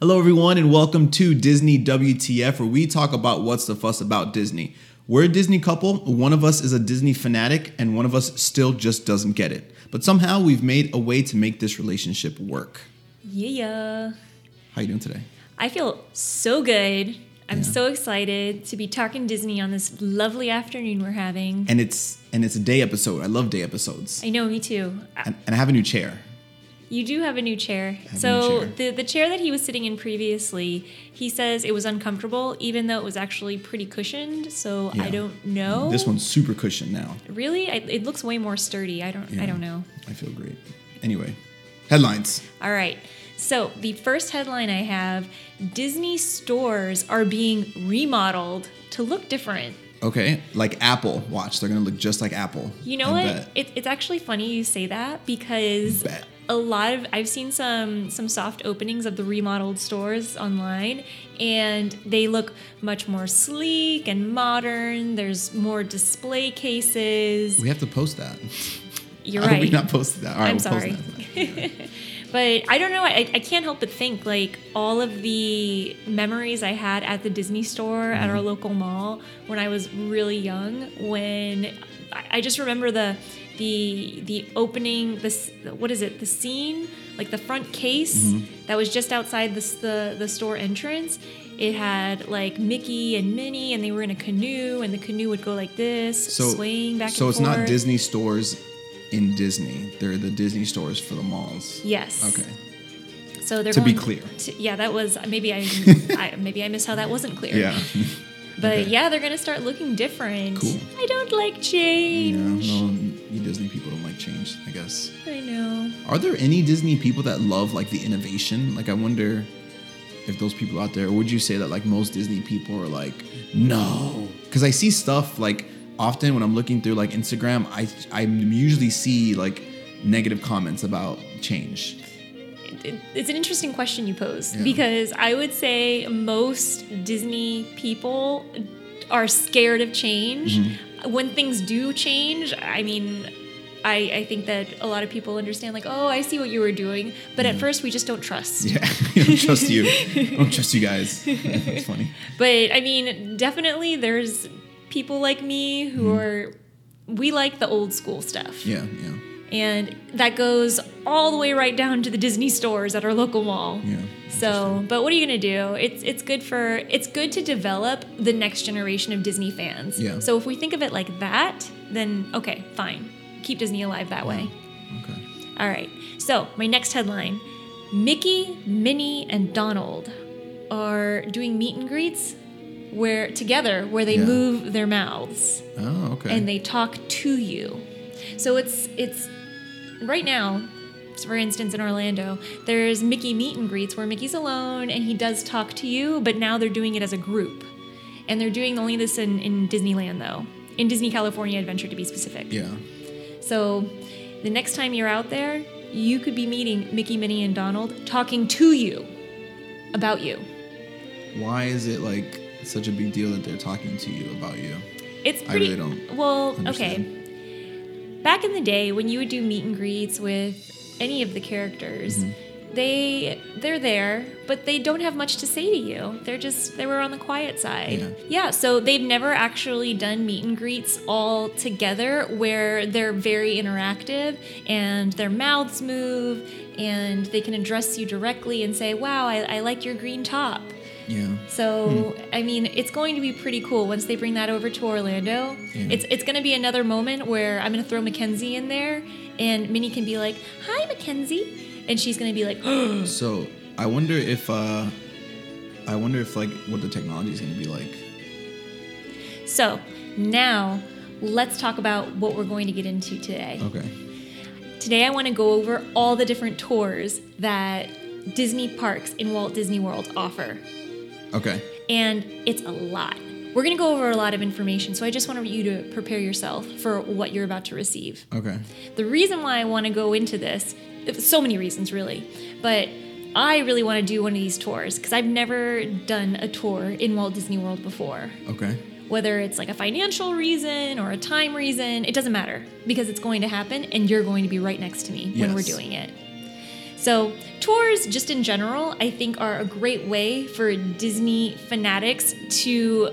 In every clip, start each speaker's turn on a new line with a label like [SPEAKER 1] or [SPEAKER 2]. [SPEAKER 1] Hello, everyone, and welcome to Disney WTF, where we talk about what's the fuss about Disney. We're a Disney couple, one of us is a Disney fanatic, and one of us still just doesn't get it. But somehow we've made a way to make this relationship work.
[SPEAKER 2] Yeah.
[SPEAKER 1] How you doing today?
[SPEAKER 2] I feel so good. I'm so excited to be talking Disney on this lovely afternoon we're having.
[SPEAKER 1] And it's and it's a day episode. I love day episodes.
[SPEAKER 2] I know, me too. I-
[SPEAKER 1] And, and I have a new chair.
[SPEAKER 2] You do have a new chair.
[SPEAKER 1] new
[SPEAKER 2] so
[SPEAKER 1] chair.
[SPEAKER 2] the the chair that he was sitting in previously, he says it was uncomfortable, even though it was actually pretty cushioned. So
[SPEAKER 1] Yeah.
[SPEAKER 2] I don't know.
[SPEAKER 1] This one's super cushioned now.
[SPEAKER 2] really, I, it looks way more sturdy. I don't. I don't know.
[SPEAKER 1] I feel great. Anyway, headlines.
[SPEAKER 2] All right. So the first headline I have: Disney stores are being remodeled to look different.
[SPEAKER 1] Okay, like Apple Watch. They're gonna look just like Apple.
[SPEAKER 2] You know
[SPEAKER 1] I
[SPEAKER 2] what?
[SPEAKER 1] bet.
[SPEAKER 2] It, it's actually funny you say that because
[SPEAKER 1] Bet.
[SPEAKER 2] a lot of I've seen some some soft openings of the remodeled stores online, and they look much more sleek and modern. There's more display cases.
[SPEAKER 1] We have to post that.
[SPEAKER 2] You're
[SPEAKER 1] We
[SPEAKER 2] right.
[SPEAKER 1] not posted that. All right,
[SPEAKER 2] I'm
[SPEAKER 1] we'll post
[SPEAKER 2] sorry.
[SPEAKER 1] that.
[SPEAKER 2] But I don't know. I, I can't help but think like all of the memories I had at the Disney store at
[SPEAKER 1] Mm-hmm.
[SPEAKER 2] our local mall when I was really young. When I, I just remember the the the opening this what is it the scene like the front case
[SPEAKER 1] Mm-hmm.
[SPEAKER 2] that was just outside the, s- the the store entrance. It had like Mickey and Minnie, and they were in a canoe, and the canoe would go like this, swaying back.
[SPEAKER 1] So
[SPEAKER 2] and
[SPEAKER 1] it's
[SPEAKER 2] forth.
[SPEAKER 1] not Disney stores in Disney. They're the Disney stores for the malls.
[SPEAKER 2] Yes.
[SPEAKER 1] Okay.
[SPEAKER 2] So they're
[SPEAKER 1] To be
[SPEAKER 2] going
[SPEAKER 1] clear.
[SPEAKER 2] to- yeah, that was maybe I, I maybe I missed how that wasn't clear.
[SPEAKER 1] Yeah.
[SPEAKER 2] But
[SPEAKER 1] okay.
[SPEAKER 2] yeah, they're gonna start looking different.
[SPEAKER 1] Cool.
[SPEAKER 2] I don't like
[SPEAKER 1] yeah.
[SPEAKER 2] change.
[SPEAKER 1] No, you Disney people don't like change, I guess.
[SPEAKER 2] I know.
[SPEAKER 1] Are there any Disney people that love like the innovation? Like I wonder if those people out there, or would you say that like most Disney people are like, no? Because I see stuff like often when I'm looking through like Instagram, I I usually see like negative comments about change.
[SPEAKER 2] It- it- it's an interesting question you pose
[SPEAKER 1] Yeah.
[SPEAKER 2] because I would say most Disney people are scared of change.
[SPEAKER 1] Mm-hmm.
[SPEAKER 2] When things do change, I mean, I, I think that a lot of people understand, like, oh, I see what you were doing, but
[SPEAKER 1] Mm-hmm.
[SPEAKER 2] at first we just don't trust.
[SPEAKER 1] Yeah, I don't trust you. I don't trust you guys. That's funny.
[SPEAKER 2] But I mean, definitely there's people like me who are we like the old school stuff.
[SPEAKER 1] Mm-hmm. Yeah, yeah,
[SPEAKER 2] And that goes all the way right down to the Disney stores at our local mall.
[SPEAKER 1] yeah.
[SPEAKER 2] So, but what are you gonna do? It's it's good for it's good to develop the next generation of Disney fans.
[SPEAKER 1] Yeah.
[SPEAKER 2] So if we think of it like that, then okay, fine. Keep Disney alive that way.
[SPEAKER 1] Okay.
[SPEAKER 2] All right. So, my next headline Mickey, Minnie, and Donald are doing meet and greets where together where they
[SPEAKER 1] Yeah.
[SPEAKER 2] move their mouths
[SPEAKER 1] Oh, okay.
[SPEAKER 2] and they talk to you. So it's it's right now for instance in Orlando there's Mickey meet and greets where Mickey's alone and he does talk to you but now they're doing it as a group and they're doing only this in, in Disneyland though in Disney California Adventure to be specific
[SPEAKER 1] yeah.
[SPEAKER 2] so the next time you're out there, you could be meeting Mickey, Minnie, and Donald talking to you about you.
[SPEAKER 1] Why is it like such a big deal that they're talking to you about you?
[SPEAKER 2] It's
[SPEAKER 1] I really
[SPEAKER 2] pretty.
[SPEAKER 1] don't
[SPEAKER 2] well,
[SPEAKER 1] understand.
[SPEAKER 2] okay. Back in the day, when you would do meet and greets with any of the characters,
[SPEAKER 1] Mm-hmm.
[SPEAKER 2] they they're there, but they don't have much to say to you. They're just they were on the quiet side.
[SPEAKER 1] Yeah.
[SPEAKER 2] yeah so they've never actually done meet and greets all together where they're very interactive and their mouths move and they can address you directly and say, "Wow, I, I like your green top."
[SPEAKER 1] Yeah.
[SPEAKER 2] So I mean, it's going to be pretty cool once they bring that over to Orlando.
[SPEAKER 1] Yeah.
[SPEAKER 2] It's it's going to be another moment where I'm going to throw Mackenzie in there, and Minnie can be like, "Hi, Mackenzie," and she's going to be like,
[SPEAKER 1] So I wonder if uh I wonder if like what the technology is gonna be like.
[SPEAKER 2] "So now." Let's talk about what we're going to get into today.
[SPEAKER 1] Okay.
[SPEAKER 2] Today, I want to go over all the different tours that Disney parks in Walt Disney World offer.
[SPEAKER 1] Okay.
[SPEAKER 2] And it's a lot. We're going to go over a lot of information, so I just want you to prepare yourself for what you're about to receive.
[SPEAKER 1] Okay.
[SPEAKER 2] The reason why I want to go into this, so many reasons really, but I really want to do one of these tours because I've never done a tour in Walt Disney World before.
[SPEAKER 1] Okay.
[SPEAKER 2] Whether it's like a financial reason or a time reason, it doesn't matter because it's going to happen and you're going to be right next to me when we're
[SPEAKER 1] Yes.
[SPEAKER 2] doing it. So, tours, just in general, I think are a great way for Disney fanatics to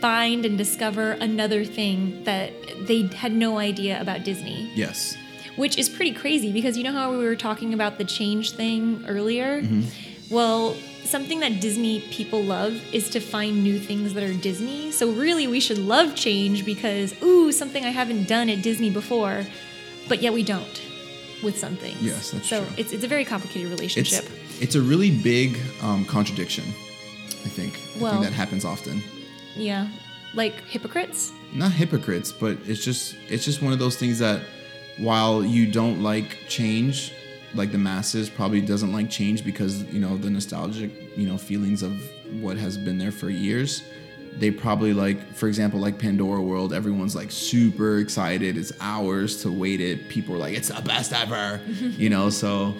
[SPEAKER 2] find and discover another thing that they had no idea about Disney
[SPEAKER 1] Yes.
[SPEAKER 2] which is pretty crazy because you know how we were talking about the change thing earlier?
[SPEAKER 1] Mm-hmm.
[SPEAKER 2] Well, something that Disney people love is to find new things that are Disney. So, really, we should love change because, ooh, something I haven't done at Disney before, but yet we don't with some things.
[SPEAKER 1] Yes, that's
[SPEAKER 2] so
[SPEAKER 1] true.
[SPEAKER 2] It's, it's a very complicated
[SPEAKER 1] It's
[SPEAKER 2] relationship.
[SPEAKER 1] it's a really big um, contradiction. I think. I
[SPEAKER 2] Well-
[SPEAKER 1] think that happens often.
[SPEAKER 2] yeah. Like hypocrites?
[SPEAKER 1] Not hypocrites, but it's just it's just one of those things that while you don't like change, like the masses probably doesn't like change because you know the nostalgic you know feelings of what has been there for years. They probably like, for example, like Pandora World. Everyone's like super excited. It's hours to wait it. People are like, "It's the best ever," you know. So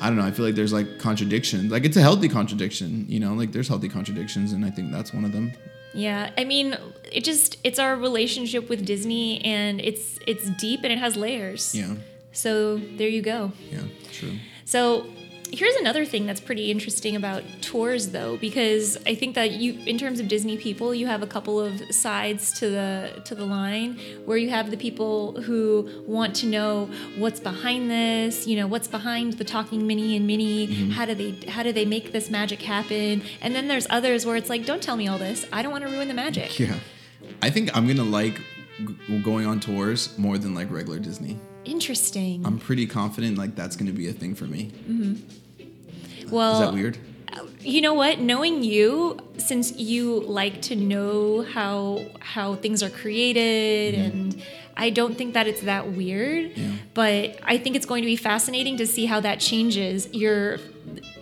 [SPEAKER 1] I don't know. I feel like there's like contradictions. Like it's a healthy contradiction, you know. Like there's healthy contradictions, and I think that's one of them.
[SPEAKER 2] Yeah, I mean, it just—it's our relationship with Disney, and it's—it's deep and it has layers.
[SPEAKER 1] Yeah,
[SPEAKER 2] So there you go.
[SPEAKER 1] yeah, true.
[SPEAKER 2] So here's another thing that's pretty interesting about tours though because i think that you in terms of disney people you have a couple of sides to the to the line where you have the people who want to know what's behind this you know what's behind the talking minnie and minnie
[SPEAKER 1] Mm-hmm.
[SPEAKER 2] how do they how do they make this magic happen and then there's others where it's like don't tell me all this i don't want to ruin the magic
[SPEAKER 1] Yeah, I think I'm gonna like g- going on tours more than like regular Disney.
[SPEAKER 2] interesting
[SPEAKER 1] I'm pretty confident like that's gonna be a thing for me.
[SPEAKER 2] well
[SPEAKER 1] Is that weird?
[SPEAKER 2] you know what knowing you since you like to know how how things are created and i don't think that it's that weird
[SPEAKER 1] Yeah.
[SPEAKER 2] but i think it's going to be fascinating to see how that changes your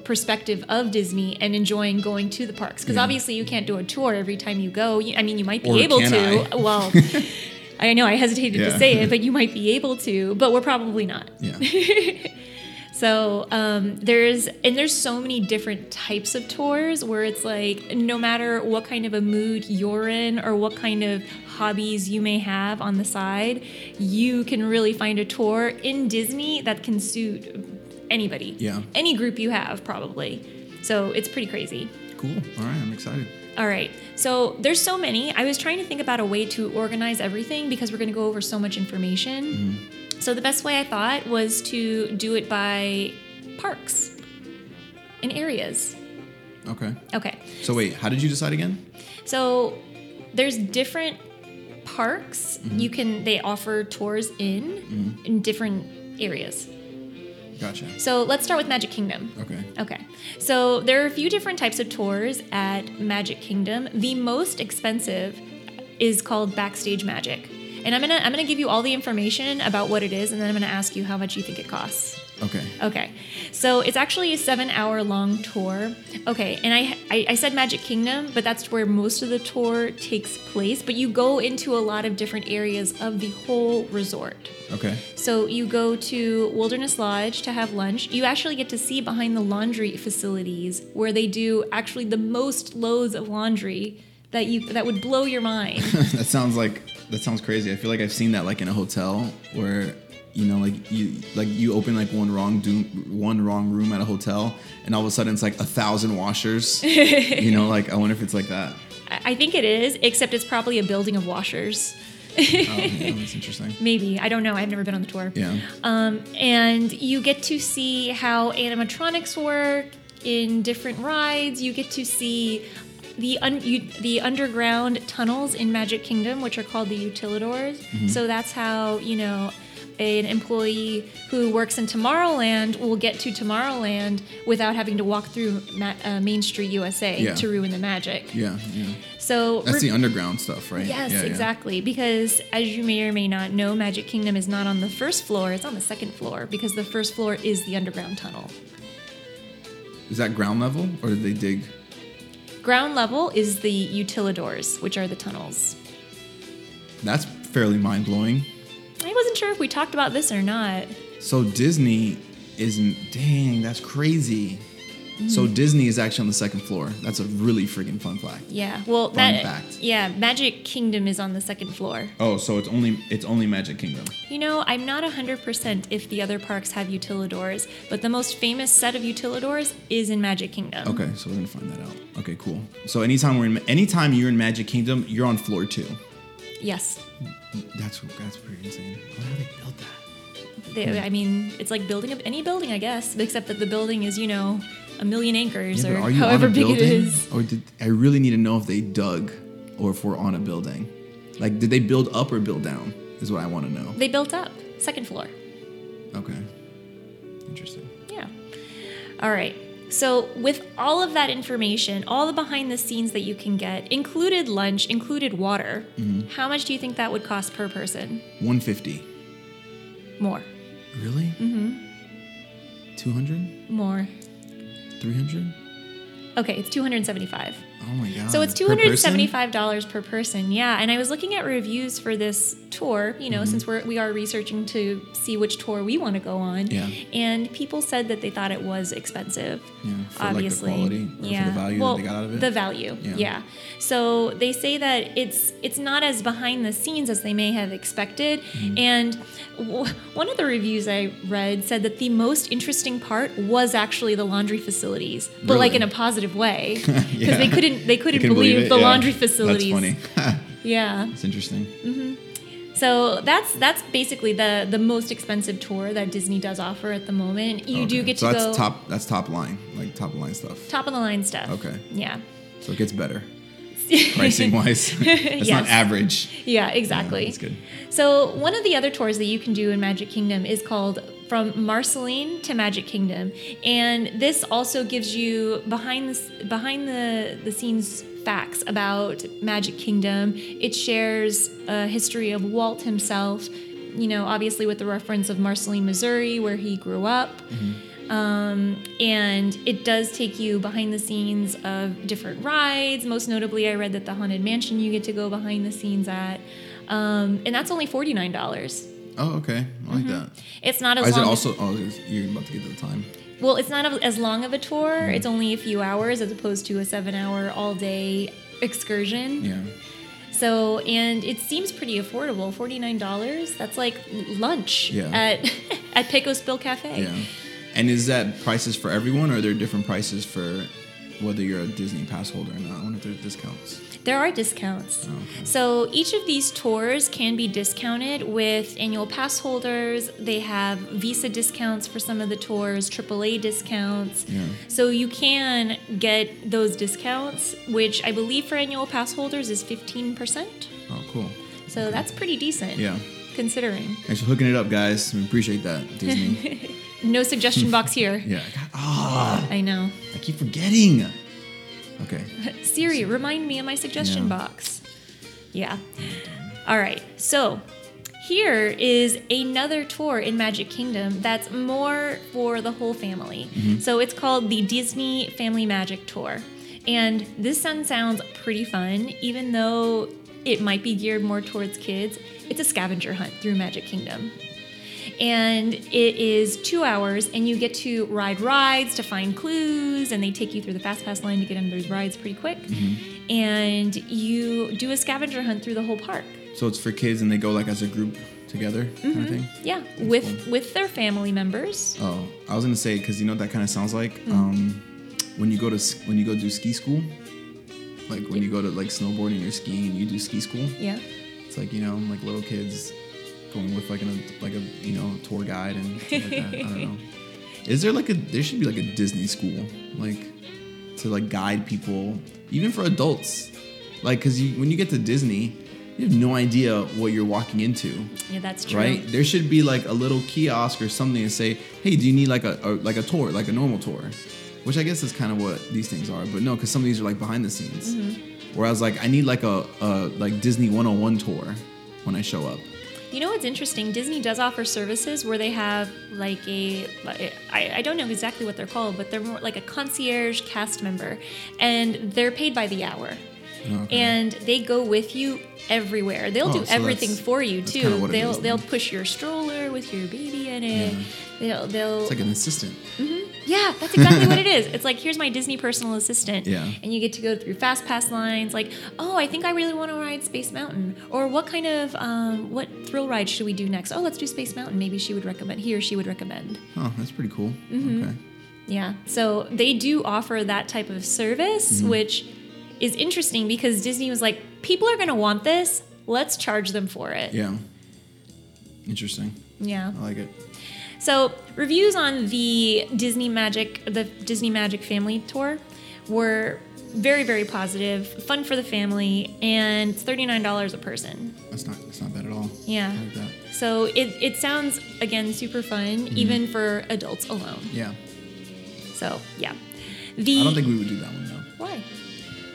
[SPEAKER 2] perspective of disney and enjoying going to the parks because
[SPEAKER 1] Yeah.
[SPEAKER 2] obviously you can't do a tour every time you go You- i mean you might be
[SPEAKER 1] Or
[SPEAKER 2] able
[SPEAKER 1] can
[SPEAKER 2] to
[SPEAKER 1] I?
[SPEAKER 2] well i know i hesitated
[SPEAKER 1] Yeah.
[SPEAKER 2] to say it but you might be able to but we're probably not
[SPEAKER 1] Yeah,
[SPEAKER 2] so um, there's and there's so many different types of tours where it's like no matter what kind of a mood you're in or what kind of hobbies you may have on the side, you can really find a tour in Disney that can suit anybody.
[SPEAKER 1] Yeah.
[SPEAKER 2] Any group you have probably. So it's pretty crazy.
[SPEAKER 1] cool. All right, I'm excited.
[SPEAKER 2] All right. So there's so many. I was trying to think about a way to organize everything because we're going to go over so much information. So the best way I thought was to do it by parks and areas.
[SPEAKER 1] Okay.
[SPEAKER 2] Okay.
[SPEAKER 1] So wait, how did you decide again?
[SPEAKER 2] So there's different parks you can they offer tours in in different areas.
[SPEAKER 1] Gotcha.
[SPEAKER 2] So let's start with Magic Kingdom.
[SPEAKER 1] Okay.
[SPEAKER 2] Okay. So there are a few different types of tours at Magic Kingdom. The most expensive is called Backstage Magic. And I'm going to I'm going to give you all the information about what it is and then I'm going to ask you how much you think it costs.
[SPEAKER 1] Okay.
[SPEAKER 2] Okay, so it's actually a seven-hour-long tour. Okay, and I, I I said Magic Kingdom, but that's where most of the tour takes place. But you go into a lot of different areas of the whole resort.
[SPEAKER 1] Okay.
[SPEAKER 2] So you go to Wilderness Lodge to have lunch. You actually get to see behind the laundry facilities where they do actually the most loads of laundry that you that would blow your mind.
[SPEAKER 1] that sounds like that sounds crazy. I feel like I've seen that like in a hotel where you know like you like you open like one wrong do one wrong room at a hotel and all of a sudden it's like a thousand washers. you know, like I wonder if it's like that.
[SPEAKER 2] I I think it is, except it's probably a building of washers.
[SPEAKER 1] Oh, yeah, that's interesting.
[SPEAKER 2] Maybe I don't know. I've never been on the tour.
[SPEAKER 1] Yeah.
[SPEAKER 2] Um, and you get to see how animatronics work in different rides. You get to see the un- you, the underground tunnels in Magic Kingdom, which are called the utilidors.
[SPEAKER 1] Mm-hmm.
[SPEAKER 2] So that's how you know an employee who works in Tomorrowland will get to Tomorrowland without having to walk through Ma- uh, Main Street USA
[SPEAKER 1] Yeah.
[SPEAKER 2] to ruin the magic.
[SPEAKER 1] Yeah. Yeah.
[SPEAKER 2] So
[SPEAKER 1] That's
[SPEAKER 2] re-
[SPEAKER 1] the underground stuff, right?
[SPEAKER 2] Yes,
[SPEAKER 1] Yeah, yeah.
[SPEAKER 2] exactly. Because as you may or may not know, Magic Kingdom is not on the first floor, it's on the second floor because the first floor is the underground tunnel.
[SPEAKER 1] Is that ground level or did they dig?
[SPEAKER 2] Ground level is the utilidors, which are the tunnels.
[SPEAKER 1] That's fairly mind blowing.
[SPEAKER 2] I wasn't sure if we talked about this or not.
[SPEAKER 1] So Disney isn't. Dang, that's crazy. So
[SPEAKER 2] Mm.
[SPEAKER 1] Disney is actually on the second floor. That's a really freaking fun fact.
[SPEAKER 2] Yeah. Well,
[SPEAKER 1] Fun
[SPEAKER 2] that
[SPEAKER 1] fact.
[SPEAKER 2] yeah, Magic Kingdom is on the second floor.
[SPEAKER 1] Oh, so it's only it's only Magic Kingdom.
[SPEAKER 2] You know, I'm not 100% if the other parks have utilidors, but the most famous set of utilidors is in Magic Kingdom.
[SPEAKER 1] Okay, so we're gonna find that out. Okay, cool. So anytime we're in anytime you're in Magic Kingdom, you're on floor two.
[SPEAKER 2] Yes.
[SPEAKER 1] That's that's pretty insane. How they built that?
[SPEAKER 2] They, I mean, it's like building up any building, I guess, except that the building is, you know, a million acres or however big it is.
[SPEAKER 1] Or did I really need to know if they dug or if we're on a building? Like, did they build up or build down? Is what I want to know.
[SPEAKER 2] They built up, second floor.
[SPEAKER 1] Okay. Interesting.
[SPEAKER 2] Yeah. All right. So, with all of that information, all the behind the scenes that you can get, included lunch, included water, how much do you think that would cost per person?
[SPEAKER 1] 150.
[SPEAKER 2] More.
[SPEAKER 1] Really? Mm-hmm. 200?
[SPEAKER 2] More.
[SPEAKER 1] 300?
[SPEAKER 2] Okay, it's 275.
[SPEAKER 1] Oh my god.
[SPEAKER 2] So it's
[SPEAKER 1] Per
[SPEAKER 2] two
[SPEAKER 1] person?
[SPEAKER 2] hundred seventy-five dollars per person. Yeah, and I was looking at reviews for this tour. You know,
[SPEAKER 1] Mm-hmm.
[SPEAKER 2] since we're we are researching to see which tour we want to go on.
[SPEAKER 1] Yeah.
[SPEAKER 2] And people said that they thought it was expensive.
[SPEAKER 1] Yeah, for, like, the
[SPEAKER 2] obviously.
[SPEAKER 1] quality or for the
[SPEAKER 2] yeah.
[SPEAKER 1] value that
[SPEAKER 2] well,
[SPEAKER 1] they got out of it?
[SPEAKER 2] The value.
[SPEAKER 1] Yeah.
[SPEAKER 2] Yeah. So they say that it's it's not as behind the scenes as they may have expected.
[SPEAKER 1] Mm-hmm.
[SPEAKER 2] And w- one of the reviews I read said that the most interesting part was actually the laundry facilities, but like
[SPEAKER 1] Really?
[SPEAKER 2] in a positive way because
[SPEAKER 1] Yeah.
[SPEAKER 2] they couldn't they couldn't
[SPEAKER 1] couldn't
[SPEAKER 2] believe,
[SPEAKER 1] it?
[SPEAKER 2] the
[SPEAKER 1] Yeah.
[SPEAKER 2] laundry facilities.
[SPEAKER 1] That's funny.
[SPEAKER 2] Yeah.
[SPEAKER 1] It's interesting.
[SPEAKER 2] So that's that's basically the the most expensive tour that Disney does offer at the moment. You do
[SPEAKER 1] Okay.
[SPEAKER 2] get
[SPEAKER 1] so
[SPEAKER 2] to
[SPEAKER 1] that's
[SPEAKER 2] go
[SPEAKER 1] top that's top line, like top line stuff.
[SPEAKER 2] top of the line stuff.
[SPEAKER 1] Okay.
[SPEAKER 2] Yeah.
[SPEAKER 1] So it gets better. Pricing wise. it's not
[SPEAKER 2] Yes.
[SPEAKER 1] average.
[SPEAKER 2] Yeah, exactly.
[SPEAKER 1] Yeah, that's good.
[SPEAKER 2] So one of the other tours that you can do in Magic Kingdom is called From Marceline to Magic Kingdom, and this also gives you behind the s- behind the the scenes facts about Magic Kingdom. It shares a history of Walt himself, you know, obviously with the reference of Marceline, Missouri, where he grew up. Um, and it does take you behind the scenes of different rides. Most notably, I read that the Haunted Mansion you get to go behind the scenes at. Um, and that's only $49.
[SPEAKER 1] Oh, okay. I
[SPEAKER 2] Mm-hmm.
[SPEAKER 1] like that.
[SPEAKER 2] It's not as
[SPEAKER 1] Is it
[SPEAKER 2] long
[SPEAKER 1] also oh is- you're about to get to the time.
[SPEAKER 2] well, it's not a, as long of a tour.
[SPEAKER 1] Hmm.
[SPEAKER 2] It's only a few hours as opposed to a seven hour all day excursion.
[SPEAKER 1] Yeah.
[SPEAKER 2] So, and it seems pretty affordable $49. That's like lunch
[SPEAKER 1] Yeah.
[SPEAKER 2] at, at Pecos Bill Cafe.
[SPEAKER 1] Yeah. And is that prices for everyone or are there different prices for whether you're a Disney pass holder or not? I wonder if there's discounts.
[SPEAKER 2] There are discounts.
[SPEAKER 1] okay.
[SPEAKER 2] So each of these tours can be discounted with annual pass holders. They have Visa discounts for some of the tours, AAA discounts.
[SPEAKER 1] Yeah.
[SPEAKER 2] So you can get those discounts, which I believe for annual pass holders is 15%.
[SPEAKER 1] Oh cool.
[SPEAKER 2] So that's pretty decent.
[SPEAKER 1] Yeah.
[SPEAKER 2] Considering.
[SPEAKER 1] Thanks for hooking it up, guys. We appreciate that, Disney.
[SPEAKER 2] No suggestion box here.
[SPEAKER 1] yeah. God, ah,
[SPEAKER 2] I know.
[SPEAKER 1] I keep forgetting. Okay.
[SPEAKER 2] Siri, remind me of my suggestion
[SPEAKER 1] Yeah.
[SPEAKER 2] box. Yeah. All right. So here is another tour in Magic Kingdom that's more for the whole family. So it's called the Disney Family Magic Tour. And this one sounds pretty fun, even though it might be geared more towards kids. It's a scavenger hunt through Magic Kingdom and it is two hours and you get to ride rides to find clues and they take you through the fast pass line to get on those rides pretty quick and you do a scavenger hunt through the whole park
[SPEAKER 1] So it's for kids and they go like as a group together kind of thing.
[SPEAKER 2] yeah with with their family members
[SPEAKER 1] Oh, I was gonna say because you know what that kind of sounds like um, when you go to s- when you go do ski school, like when you go to like snowboarding or skiing and you do ski school.
[SPEAKER 2] yeah
[SPEAKER 1] It's like you know like little kids going with like an like a you know tour guide and stuff like that. I don't know. Is there like a there should be like a Disney school like to like guide people even for adults like because you, when you get to Disney you have no idea what you're walking into
[SPEAKER 2] yeah that's true
[SPEAKER 1] right? There should be like a little kiosk or something to say, "Hey, do you need like a, a like a tour, like a normal tour?" Which I guess is kind of what these things are, but no, because some of these are like behind the scenes.
[SPEAKER 2] Mm-hmm.
[SPEAKER 1] Whereas like I need like a, a like Disney 101 tour when I show up.
[SPEAKER 2] You know what's interesting? Disney does offer services where they have like a I, I don't know exactly what they're called, but they're more like a concierge cast member, and they're paid by the hour,
[SPEAKER 1] Okay.
[SPEAKER 2] and they go with you everywhere. They'll
[SPEAKER 1] Uh-huh. Oh,
[SPEAKER 2] do
[SPEAKER 1] so
[SPEAKER 2] everything
[SPEAKER 1] that's-
[SPEAKER 2] for you
[SPEAKER 1] that's kinda
[SPEAKER 2] too.
[SPEAKER 1] what it
[SPEAKER 2] They'll
[SPEAKER 1] is then.
[SPEAKER 2] they'll push your stroller with your baby in it. They'll they'll
[SPEAKER 1] It's like an assistant.
[SPEAKER 2] Yeah, that's exactly what it is. It's like here's my Disney personal assistant.
[SPEAKER 1] Yeah.
[SPEAKER 2] And you get to go through fast pass lines like, "Oh, I think I really want to ride Space Mountain." Or what kind of um, what thrill ride should we do next? Oh, let's do Space Mountain. Maybe she would recommend. He or she would recommend.
[SPEAKER 1] Oh, that's pretty cool.
[SPEAKER 2] Mm-hmm.
[SPEAKER 1] Okay.
[SPEAKER 2] Yeah. So they do offer that type of service,
[SPEAKER 1] Mm-hmm.
[SPEAKER 2] which is interesting because Disney was like, "People are going to want this. Let's charge them for it."
[SPEAKER 1] Yeah. Interesting.
[SPEAKER 2] yeah.
[SPEAKER 1] I like it.
[SPEAKER 2] So reviews on the Disney Magic, the Disney Magic Family Tour, were very, very positive, fun for the family, and it's thirty-nine dollars a person.
[SPEAKER 1] That's not. That's not bad at all.
[SPEAKER 2] Yeah.
[SPEAKER 1] I like that.
[SPEAKER 2] So it, it sounds again super fun,
[SPEAKER 1] Mm-hmm.
[SPEAKER 2] even for adults alone.
[SPEAKER 1] Yeah.
[SPEAKER 2] So yeah, the
[SPEAKER 1] I don't think we would do that one though.
[SPEAKER 2] why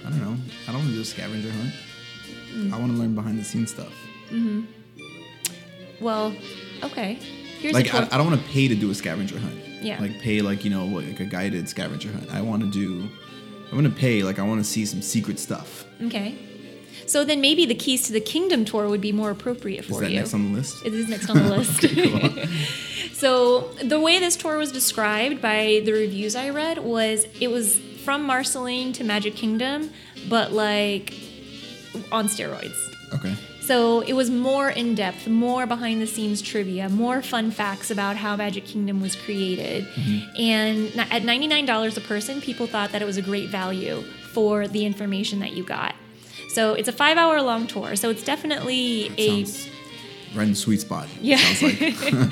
[SPEAKER 1] I don't know. I don't want to do a scavenger hunt.
[SPEAKER 2] Mm.
[SPEAKER 1] I want to learn behind the scenes stuff.
[SPEAKER 2] well okay here's a
[SPEAKER 1] like
[SPEAKER 2] tour.
[SPEAKER 1] I, I don't want to pay to do a scavenger hunt.
[SPEAKER 2] Yeah.
[SPEAKER 1] Like pay like you know what, like a guided scavenger hunt. I want to do. I want to pay like I want to see some secret stuff.
[SPEAKER 2] okay so then maybe the keys to the kingdom tour would be more appropriate for
[SPEAKER 1] Is that
[SPEAKER 2] you
[SPEAKER 1] next on the list?
[SPEAKER 2] It is next on the list. so the way this tour was described by the reviews I read was it was from Marceline to Magic Kingdom, but like on steroids.
[SPEAKER 1] Okay.
[SPEAKER 2] So it was more in depth, more behind the scenes trivia, more fun facts about how Magic Kingdom was created. And n- at $99 a person, people thought that it was a great value for the information that you got. So it's a five hour long tour. So it's definitely a
[SPEAKER 1] Sounds right in the sweet spot.
[SPEAKER 2] Yeah.
[SPEAKER 1] Sounds like.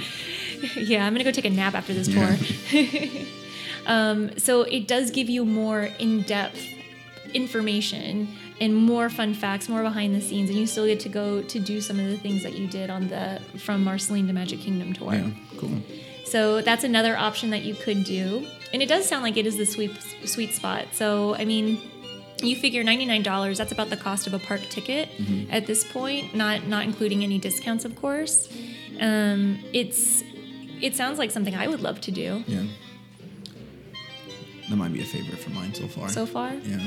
[SPEAKER 2] yeah, I'm gonna go take a nap after this
[SPEAKER 1] Yeah.
[SPEAKER 2] tour. um, so it does give you more in-depth information and more fun facts, more behind the scenes, and you still get to go to do some of the things that you did on the from Marceline to Magic Kingdom tour.
[SPEAKER 1] yeah. Cool.
[SPEAKER 2] So that's another option that you could do, and it does sound like it is the sweet sweet spot. So I mean. You figure ninety-nine dollars—that's about the cost of a park ticket
[SPEAKER 1] Mm-hmm.
[SPEAKER 2] at this point, not not including any discounts, of course. Um, it's it sounds like something I would love to do.
[SPEAKER 1] Yeah. That might be a favorite for mine so far.
[SPEAKER 2] So far,
[SPEAKER 1] Yeah.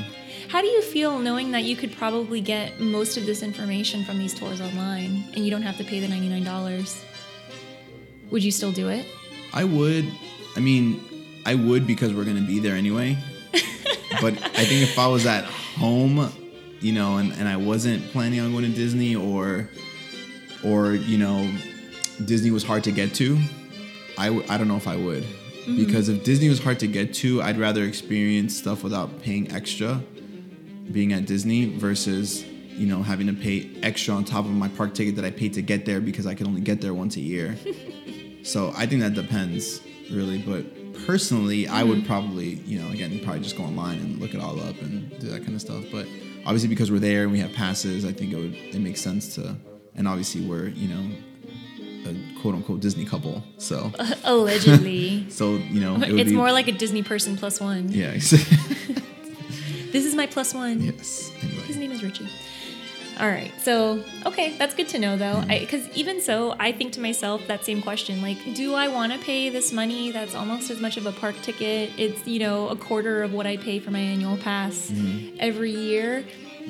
[SPEAKER 2] how do you feel knowing that you could probably get most of this information from these tours online, and you don't have to pay the ninety-nine dollars? Would you still do it?
[SPEAKER 1] I would. I mean, I would because we're gonna be there anyway. but I think if I was at home, you know, and, and I wasn't planning on going to Disney or, or you know, Disney was hard to get to, I w- I don't know if I would. Because if Disney was hard to get to, I'd rather experience stuff without paying extra being at Disney versus, you know, having to pay extra on top of my park ticket that I paid to get there because I could only get there once a year. So I think that depends really, but personally, I
[SPEAKER 2] Mm-hmm.
[SPEAKER 1] would probably, you know, again, probably just go online and look it all up and do that kind of stuff. But obviously, because we're there and we have passes, I think it would it makes sense to, and obviously we're you know, a quote unquote Disney couple, so
[SPEAKER 2] Allegedly.
[SPEAKER 1] so you know it would
[SPEAKER 2] It's
[SPEAKER 1] be,
[SPEAKER 2] more like a Disney person plus one.
[SPEAKER 1] yeah
[SPEAKER 2] This is my plus one.
[SPEAKER 1] yes
[SPEAKER 2] His
[SPEAKER 1] anyway
[SPEAKER 2] name is Richie. All right. So, okay, that's good to know though. Because even so, I think to myself that same question like, do I want to pay this money that's almost as much of a park ticket? It's, you know, a quarter of what I pay for my annual pass every year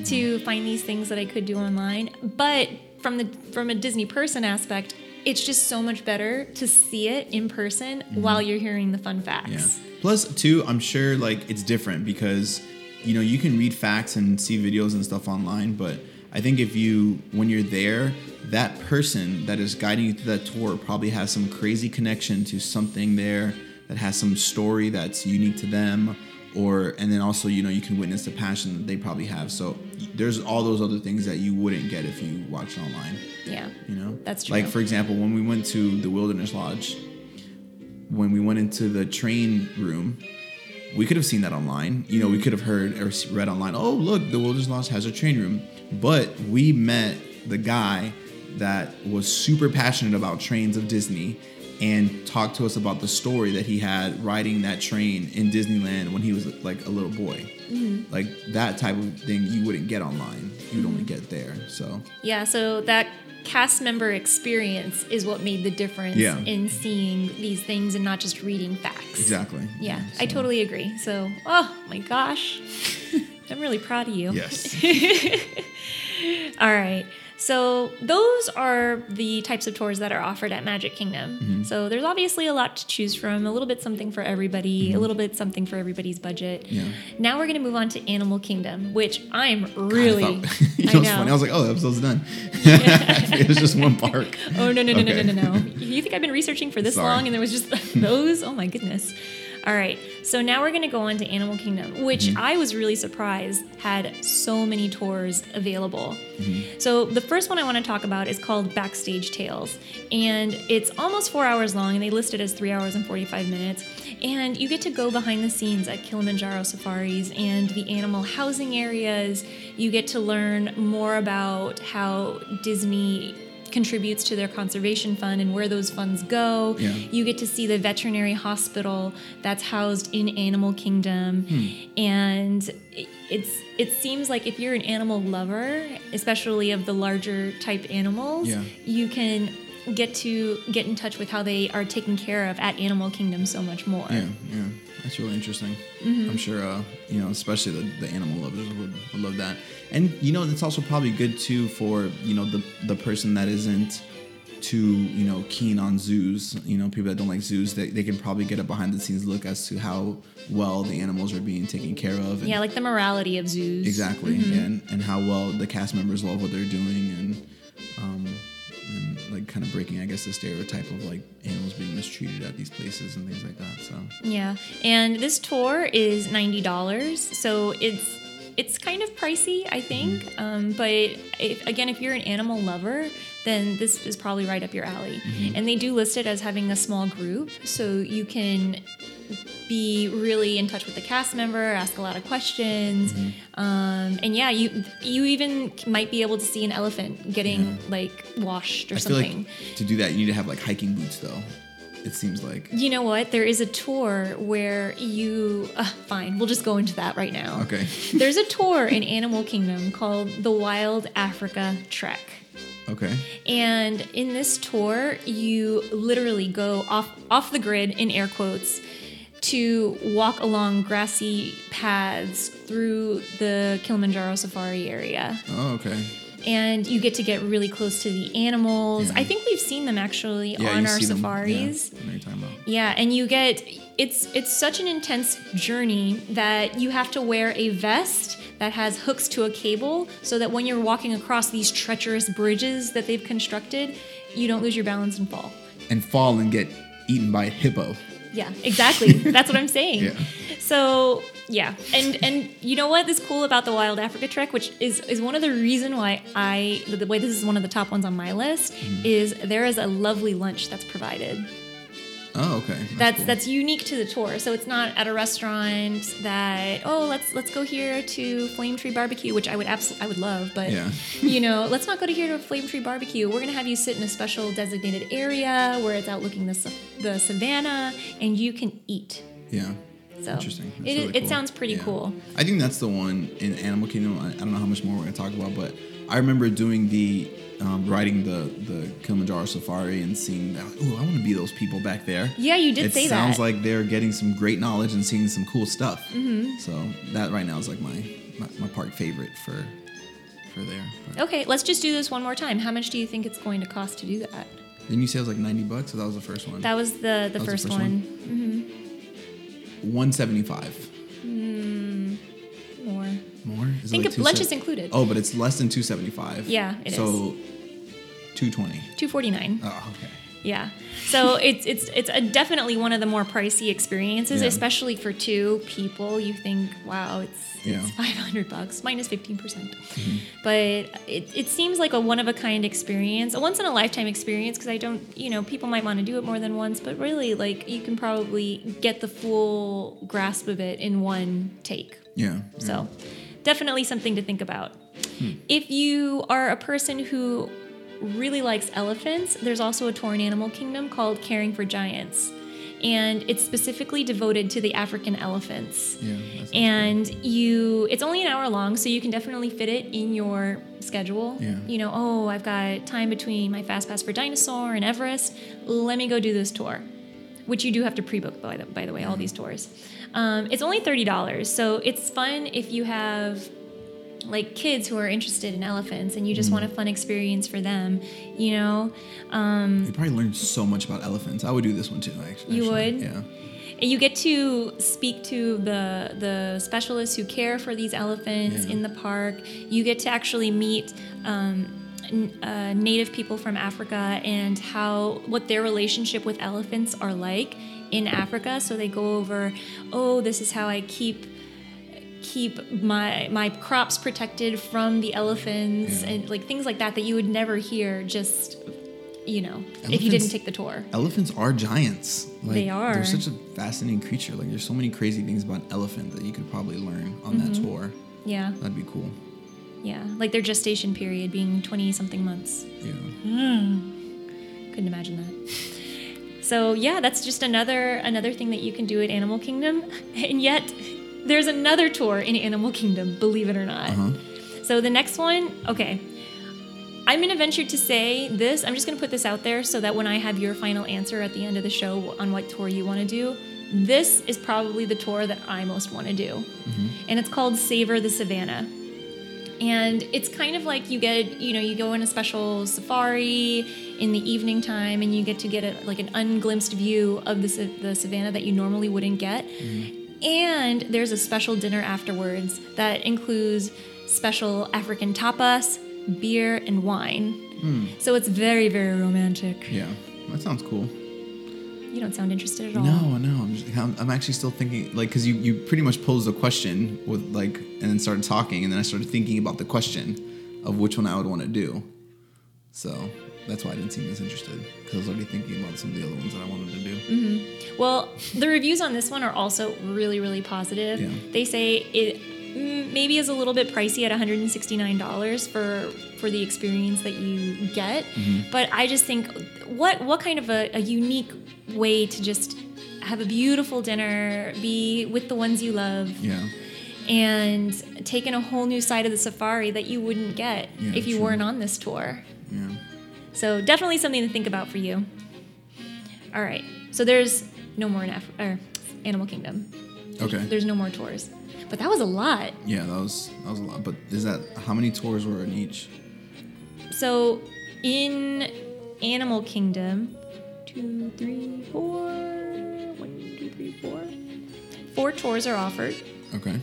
[SPEAKER 2] to find these things that I could do online. But from the from a Disney person aspect, it's just so much better to see it in person while you're hearing the fun
[SPEAKER 1] yeah.
[SPEAKER 2] facts.
[SPEAKER 1] Plus two, I'm sure like it's different because you know you can read facts and see videos and stuff online, but I think if you when you're there, that person that is guiding you through that tour probably has some crazy connection to something there that has some story that's unique to them or and then also you know you can witness the passion that they probably have. So there's all those other things that you wouldn't get if you watched online
[SPEAKER 2] Yeah.
[SPEAKER 1] you know
[SPEAKER 2] That's
[SPEAKER 1] like
[SPEAKER 2] true.
[SPEAKER 1] for example when we went to the wilderness lodge when we went into the train room we could have seen that online you know we could have heard or s- read online oh look the wilderness lodge has a train room but we met the guy that was super passionate about trains of disney and talked to us about the story that he had riding that train in disneyland when he was like a little boy
[SPEAKER 2] Mm-hmm.
[SPEAKER 1] like that type of thing you wouldn't get online you'd only get there so
[SPEAKER 2] Yeah, so that cast member experience is what made the difference
[SPEAKER 1] Yeah.
[SPEAKER 2] in seeing these things and not just reading facts.
[SPEAKER 1] exactly
[SPEAKER 2] Yeah,
[SPEAKER 1] So-
[SPEAKER 2] I totally agree. So, oh my Oh. gosh, I'm really proud of you.
[SPEAKER 1] Yes.
[SPEAKER 2] All right. So those are the types of tours that are offered at Magic Kingdom.
[SPEAKER 1] Mm-hmm.
[SPEAKER 2] So there's obviously a lot to choose from, a little bit something for everybody, a little bit something for everybody's budget.
[SPEAKER 1] Mm-hmm. Yeah.
[SPEAKER 2] Now we're going to move on to Animal Kingdom, which I'm really
[SPEAKER 1] I thought, you know,
[SPEAKER 2] I
[SPEAKER 1] it's
[SPEAKER 2] know.
[SPEAKER 1] funny. I was like, oh, the episode's done. it was just one park.
[SPEAKER 2] Oh no no no
[SPEAKER 1] Okay.
[SPEAKER 2] no no no no! You think I've been researching for this
[SPEAKER 1] Sorry.
[SPEAKER 2] long and there was just those? Oh my goodness! All right, so now we're gonna go on to Animal Kingdom, which I was really surprised had so many tours available. So the first one I want to talk about is called Backstage Tales, and it's almost four hours long, and they list it as three hours and forty-five minutes. And you get to go behind the scenes at Kilimanjaro Safaris and the animal housing areas. You get to learn more about how Disney contributes to their conservation fund and where those funds go.
[SPEAKER 1] Yeah.
[SPEAKER 2] You get to see the veterinary hospital that's housed in Animal Kingdom,
[SPEAKER 1] Hmm.
[SPEAKER 2] and it- it's it seems like if you're an animal lover, especially of the larger type animals,
[SPEAKER 1] Yeah.
[SPEAKER 2] you can get to get in touch with how they are taken care of at Animal Kingdom so much more.
[SPEAKER 1] Yeah, yeah, that's really interesting.
[SPEAKER 2] Mm-hmm.
[SPEAKER 1] I'm sure, uh, you know, especially the, the animal lovers would, would love that. And you know, it's also probably good too for you know the the person that isn't too you know keen on zoos. You know, people that don't like zoos, they, they can probably get a behind the scenes look as to how well the animals are being taken care of. And
[SPEAKER 2] Yeah, like the morality of zoos.
[SPEAKER 1] exactly,
[SPEAKER 2] Mm-hmm.
[SPEAKER 1] and and how well the cast members love what they're doing and. Um, and like kind of breaking, I guess, the stereotype of like animals being mistreated at these places and things like that. So
[SPEAKER 2] Yeah, and this tour is ninety dollars, so it's it's kind of pricey, I think.
[SPEAKER 1] Mm-hmm.
[SPEAKER 2] Um, but if, again, if you're an animal lover, then this is probably right up your alley.
[SPEAKER 1] Mm-hmm.
[SPEAKER 2] And they do list it as having a small group, so you can be really in touch with the cast member, ask a lot of questions,
[SPEAKER 1] Mm-hmm.
[SPEAKER 2] um, and yeah, you you even might be able to see an elephant getting like washed or
[SPEAKER 1] I feel
[SPEAKER 2] something.
[SPEAKER 1] like to do that, you need to have like hiking boots, though. It seems like.
[SPEAKER 2] You know what? There is a tour where you. Uh, fine, we'll just go into that right now.
[SPEAKER 1] Okay.
[SPEAKER 2] There's a tour in Animal Kingdom called the Wild Africa Trek.
[SPEAKER 1] Okay.
[SPEAKER 2] And in this tour, you literally go off off the grid in air quotes to walk along grassy paths through the Kilimanjaro Safari area
[SPEAKER 1] Oh, okay.
[SPEAKER 2] and you get to get really close to the animals.
[SPEAKER 1] Yeah.
[SPEAKER 2] I think we've seen them actually
[SPEAKER 1] Yeah,
[SPEAKER 2] on
[SPEAKER 1] you
[SPEAKER 2] our
[SPEAKER 1] see them.
[SPEAKER 2] safaris.
[SPEAKER 1] Yeah, I know what you're talking about.
[SPEAKER 2] Yeah, and you get it's it's such an intense journey that you have to wear a vest that has hooks to a cable so that when you're walking across these treacherous bridges that they've constructed, you don't lose your balance and fall.
[SPEAKER 1] And fall and get eaten by a hippo.
[SPEAKER 2] Yeah, exactly. That's what I'm saying.
[SPEAKER 1] Yeah.
[SPEAKER 2] So yeah, and and you know what is cool about the Wild Africa Trek, which is is one of the reason why I the way this is one of the top ones on my list is there is a lovely lunch that's provided.
[SPEAKER 1] Oh, okay. That's
[SPEAKER 2] That's
[SPEAKER 1] cool.
[SPEAKER 2] that's unique to the tour. So it's not at a restaurant that oh let's let's go here to Flame Tree Barbecue, which I would absolutely I would love, but
[SPEAKER 1] Yeah.
[SPEAKER 2] you know let's not go to here to Flame Tree Barbecue. We're gonna have you sit in a special designated area where it's overlooking the sa- the savannah and you can eat.
[SPEAKER 1] yeah.
[SPEAKER 2] So
[SPEAKER 1] Interesting. That's
[SPEAKER 2] it,
[SPEAKER 1] really
[SPEAKER 2] it
[SPEAKER 1] cool.
[SPEAKER 2] sounds pretty
[SPEAKER 1] Yeah.
[SPEAKER 2] cool.
[SPEAKER 1] I think that's the one in Animal Kingdom. I, I don't know how much more we're gonna talk about, but I remember doing the um, riding the the Kilimanjaro Safari and seeing that. Ooh, I want to be those people back there.
[SPEAKER 2] Yeah, you did
[SPEAKER 1] it
[SPEAKER 2] say
[SPEAKER 1] sounds
[SPEAKER 2] that.
[SPEAKER 1] like they're getting some great knowledge and seeing some cool stuff. Mm-hmm. So that right now is like my my, my park favorite for for there. But
[SPEAKER 2] Okay, let's just do this one more time. How much do you think it's going to cost to do that?
[SPEAKER 1] Didn't you say it was like ninety bucks? So that was the first one.
[SPEAKER 2] That was the the,
[SPEAKER 1] was the
[SPEAKER 2] first,
[SPEAKER 1] first
[SPEAKER 2] one.
[SPEAKER 1] one seventy five.
[SPEAKER 2] More.
[SPEAKER 1] More? Is it
[SPEAKER 2] Think
[SPEAKER 1] like
[SPEAKER 2] of- lunch
[SPEAKER 1] 270?
[SPEAKER 2] is included.
[SPEAKER 1] Oh, but it's less than two seventy five.
[SPEAKER 2] Yeah, it
[SPEAKER 1] it is.
[SPEAKER 2] is.
[SPEAKER 1] so two twenty.
[SPEAKER 2] 249.
[SPEAKER 1] Oh, okay.
[SPEAKER 2] Yeah. So it's it's it's a definitely one of the more pricey experiences,
[SPEAKER 1] Yeah.
[SPEAKER 2] especially for two people. You think, wow, it's,
[SPEAKER 1] Yeah. Mm-hmm.
[SPEAKER 2] it's 500 bucks minus 15%. percent But it, it seems like a one of a kind experience, a once in a lifetime experience because I don't, you know, people might want to do it more than once, but really like you can probably get the full grasp of it in one take.
[SPEAKER 1] Yeah.
[SPEAKER 2] So, definitely something to think about. If you are a person who really likes elephants, there's also a tour in Animal Kingdom called Caring for Giants. And it's specifically devoted to the African elephants.
[SPEAKER 1] Yeah. that sounds
[SPEAKER 2] And you, it's only an hour long, so you can definitely fit it in your schedule.
[SPEAKER 1] Yeah.
[SPEAKER 2] You know, oh, I've got time between my Fast Pass for Dinosaur and Everest. Let me go do this tour, which you do have to pre book, by the, by the way,
[SPEAKER 1] Mm-hmm.
[SPEAKER 2] all these tours. Um, it's only $30, so it's fun if you have like kids who are interested in elephants and you just
[SPEAKER 1] Mm-hmm.
[SPEAKER 2] want a fun experience for them, you know? Um,
[SPEAKER 1] You probably learned so much about elephants. I would do this one too. Actually,
[SPEAKER 2] You
[SPEAKER 1] actually.
[SPEAKER 2] would?
[SPEAKER 1] Yeah.
[SPEAKER 2] and you get to speak to the the specialists who care for these elephants
[SPEAKER 1] Yeah.
[SPEAKER 2] in the park. You get to actually meet um, n- uh, native people from Africa and how what their relationship with elephants are like in Africa. So they go over, oh, this is how I keep keep my my crops protected from the elephants
[SPEAKER 1] Yeah.
[SPEAKER 2] and like things like that that you would never hear just you know if you
[SPEAKER 1] Elephants-
[SPEAKER 2] didn't take the tour.
[SPEAKER 1] Elephants are giants. Like,
[SPEAKER 2] They are.
[SPEAKER 1] They're such a fascinating creature. Like there's so many crazy things about an elephant that you could probably learn on
[SPEAKER 2] Mm-hmm.
[SPEAKER 1] that tour.
[SPEAKER 2] Yeah.
[SPEAKER 1] That'd be cool.
[SPEAKER 2] Yeah, like their gestation period being 20 something months.
[SPEAKER 1] Yeah.
[SPEAKER 2] Mm-hmm. Couldn't imagine that. So, yeah, that's just another another thing that you can do at Animal Kingdom. And yet there's another tour in Animal Kingdom, believe it or not. So, the next one, okay. I'm going to venture to say this. I'm just going to put this out there so that when I have your final answer at the end of the show on what tour you want to do, this is probably the tour that I most want to do. And it's called Savor the Savannah and it's kind of like you get you know you go on a special safari in the evening time and you get to get a, like an unglimpsed view of the, sa- the savannah that you normally wouldn't get
[SPEAKER 1] Mm-hmm.
[SPEAKER 2] and there's a special dinner afterwards that includes special african tapas beer and wine so it's very very romantic
[SPEAKER 1] Hmm. Yeah. That sounds cool.
[SPEAKER 2] you don't sound interested at all
[SPEAKER 1] No, no. I'm, just, I'm, I'm actually still thinking, like, because you, you pretty much posed a question with, like, and then started talking, and then I started thinking about the question of which one I would want to do. So that's why I didn't seem as interested, because I was already thinking about some of the other ones that I wanted to do.
[SPEAKER 2] Mm-hmm. Well, the reviews on this one are also really, really positive.
[SPEAKER 1] Yeah.
[SPEAKER 2] They say it mm, maybe is a little bit pricey at $169 for for the experience that you get,
[SPEAKER 1] Mm-hmm.
[SPEAKER 2] but I just think what what kind of a, a unique way to just have a beautiful dinner, be with the ones you love,
[SPEAKER 1] Yeah.
[SPEAKER 2] and take in a whole new side of the safari that you wouldn't get
[SPEAKER 1] Yeah,
[SPEAKER 2] if you
[SPEAKER 1] true.
[SPEAKER 2] weren't on this tour.
[SPEAKER 1] Yeah.
[SPEAKER 2] So definitely something to think about for you. All right. So there's no more in Af- or Animal Kingdom.
[SPEAKER 1] Okay.
[SPEAKER 2] There's no more tours. But that was a lot.
[SPEAKER 1] Yeah, that was that was a lot. But is that how many tours were in each?
[SPEAKER 2] So in Animal Kingdom, two, three, four, one, two, three, four. Four tours are offered.
[SPEAKER 1] Okay.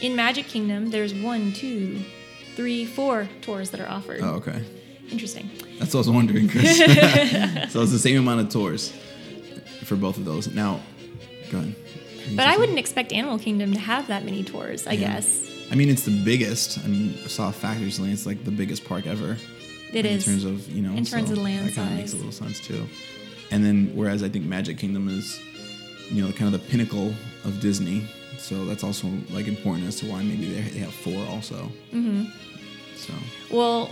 [SPEAKER 2] In Magic Kingdom, there's one, two, three, four tours that are offered.
[SPEAKER 1] Oh, okay.
[SPEAKER 2] Interesting.
[SPEAKER 1] That's what I was wondering, Chris. so it's the same amount of tours for both of those. Now, go ahead.
[SPEAKER 2] But I wouldn't expect Animal Kingdom to have that many tours, I guess.
[SPEAKER 1] I mean, it's the biggest. I mean, I saw fact recently. It's like the biggest park ever.
[SPEAKER 2] It
[SPEAKER 1] in
[SPEAKER 2] is.
[SPEAKER 1] terms of you know
[SPEAKER 2] in terms of land
[SPEAKER 1] that kind of makes a
[SPEAKER 2] size.
[SPEAKER 1] little sense too. And then whereas I think Magic Kingdom is you know kind of the pinnacle of Disney, so that's also like important as to why maybe they they have four also. Mm-hmm. So
[SPEAKER 2] Well,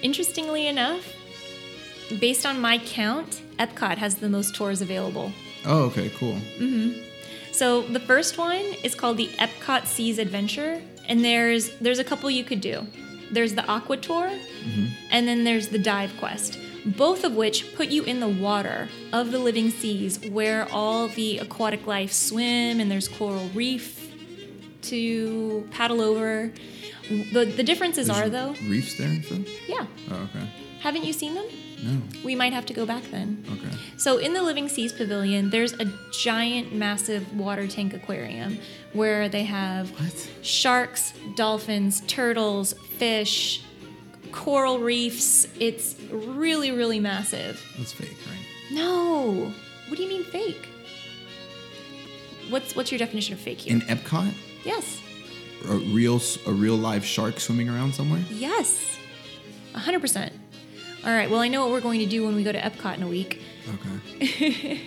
[SPEAKER 2] interestingly enough, based on my count, Epcot has the most tours available.
[SPEAKER 1] oh okay cool
[SPEAKER 2] So the first one is called the Epcot Seas Adventure, and there's there's a couple you could do. There's the Aqua Tour, and then there's the Dive Quest. Both of which put you in the water of the living seas, where all the aquatic life swim, and there's coral reef to paddle over. The, the differences are though,
[SPEAKER 1] reefs there and stuff.
[SPEAKER 2] yeah.
[SPEAKER 1] Oh okay
[SPEAKER 2] Haven't you seen them?
[SPEAKER 1] no
[SPEAKER 2] We might have to go back then.
[SPEAKER 1] okay
[SPEAKER 2] So, in the Living Seas Pavilion, there's a giant, massive water tank aquarium where they have
[SPEAKER 1] what
[SPEAKER 2] sharks, dolphins, turtles, fish, coral reefs. It's really, really massive.
[SPEAKER 1] that's fake right?
[SPEAKER 2] No, what do you mean fake? What's what's your definition of fake here?
[SPEAKER 1] In Epcot,
[SPEAKER 2] yes,
[SPEAKER 1] a real s- a real live shark swimming around somewhere.
[SPEAKER 2] yes, hundred percent. All right. Well, I know what we're going to do when we go to Epcot in a week.
[SPEAKER 1] Okay.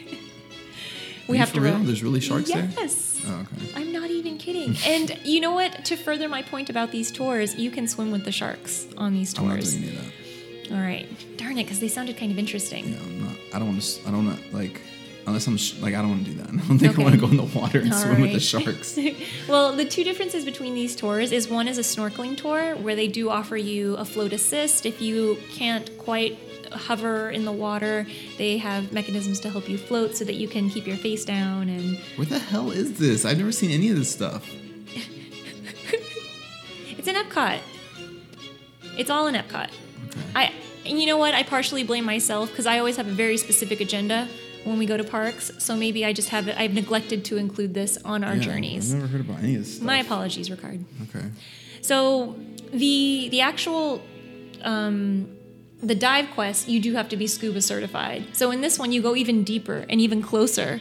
[SPEAKER 2] We
[SPEAKER 1] Are you
[SPEAKER 2] have
[SPEAKER 1] for
[SPEAKER 2] to
[SPEAKER 1] real?
[SPEAKER 2] row.
[SPEAKER 1] There's really sharks there.
[SPEAKER 2] yes.
[SPEAKER 1] Oh, okay.
[SPEAKER 2] I'm not even kidding. and you know what? To further my point about these tours, you can swim with the sharks on these
[SPEAKER 1] I'm not
[SPEAKER 2] tours.
[SPEAKER 1] doing any of that.
[SPEAKER 2] All right. Darn it, because they sounded kind of interesting.
[SPEAKER 1] Yeah, I'm not. I don't want to. I don't want like unless I'm sh- like I don't want to do that. I don't think
[SPEAKER 2] Okay.
[SPEAKER 1] I want to go in the water and
[SPEAKER 2] All
[SPEAKER 1] swim with the
[SPEAKER 2] right.
[SPEAKER 1] sharks.
[SPEAKER 2] well, the two differences between these tours is one is a snorkeling tour where they do offer you a float assist if you can't quite hover in the water. They have mechanisms to help you float so that you can keep your face down and
[SPEAKER 1] Where the hell is this? I've never seen any of this stuff.
[SPEAKER 2] it's It's in Epcot. It's all in Epcot.
[SPEAKER 1] Okay.
[SPEAKER 2] I, and you know what? I partially blame myself because I always have a very specific agenda when we go to parks. So maybe I just have I've neglected to include this on our
[SPEAKER 1] Yeah, Mm-hmm.
[SPEAKER 2] journeys.
[SPEAKER 1] I've never heard about any of this stuff.
[SPEAKER 2] My apologies, Ricard.
[SPEAKER 1] Okay.
[SPEAKER 2] So the the actual um, the dive quest, you do have to be scuba certified. So in this one, you go even deeper and even closer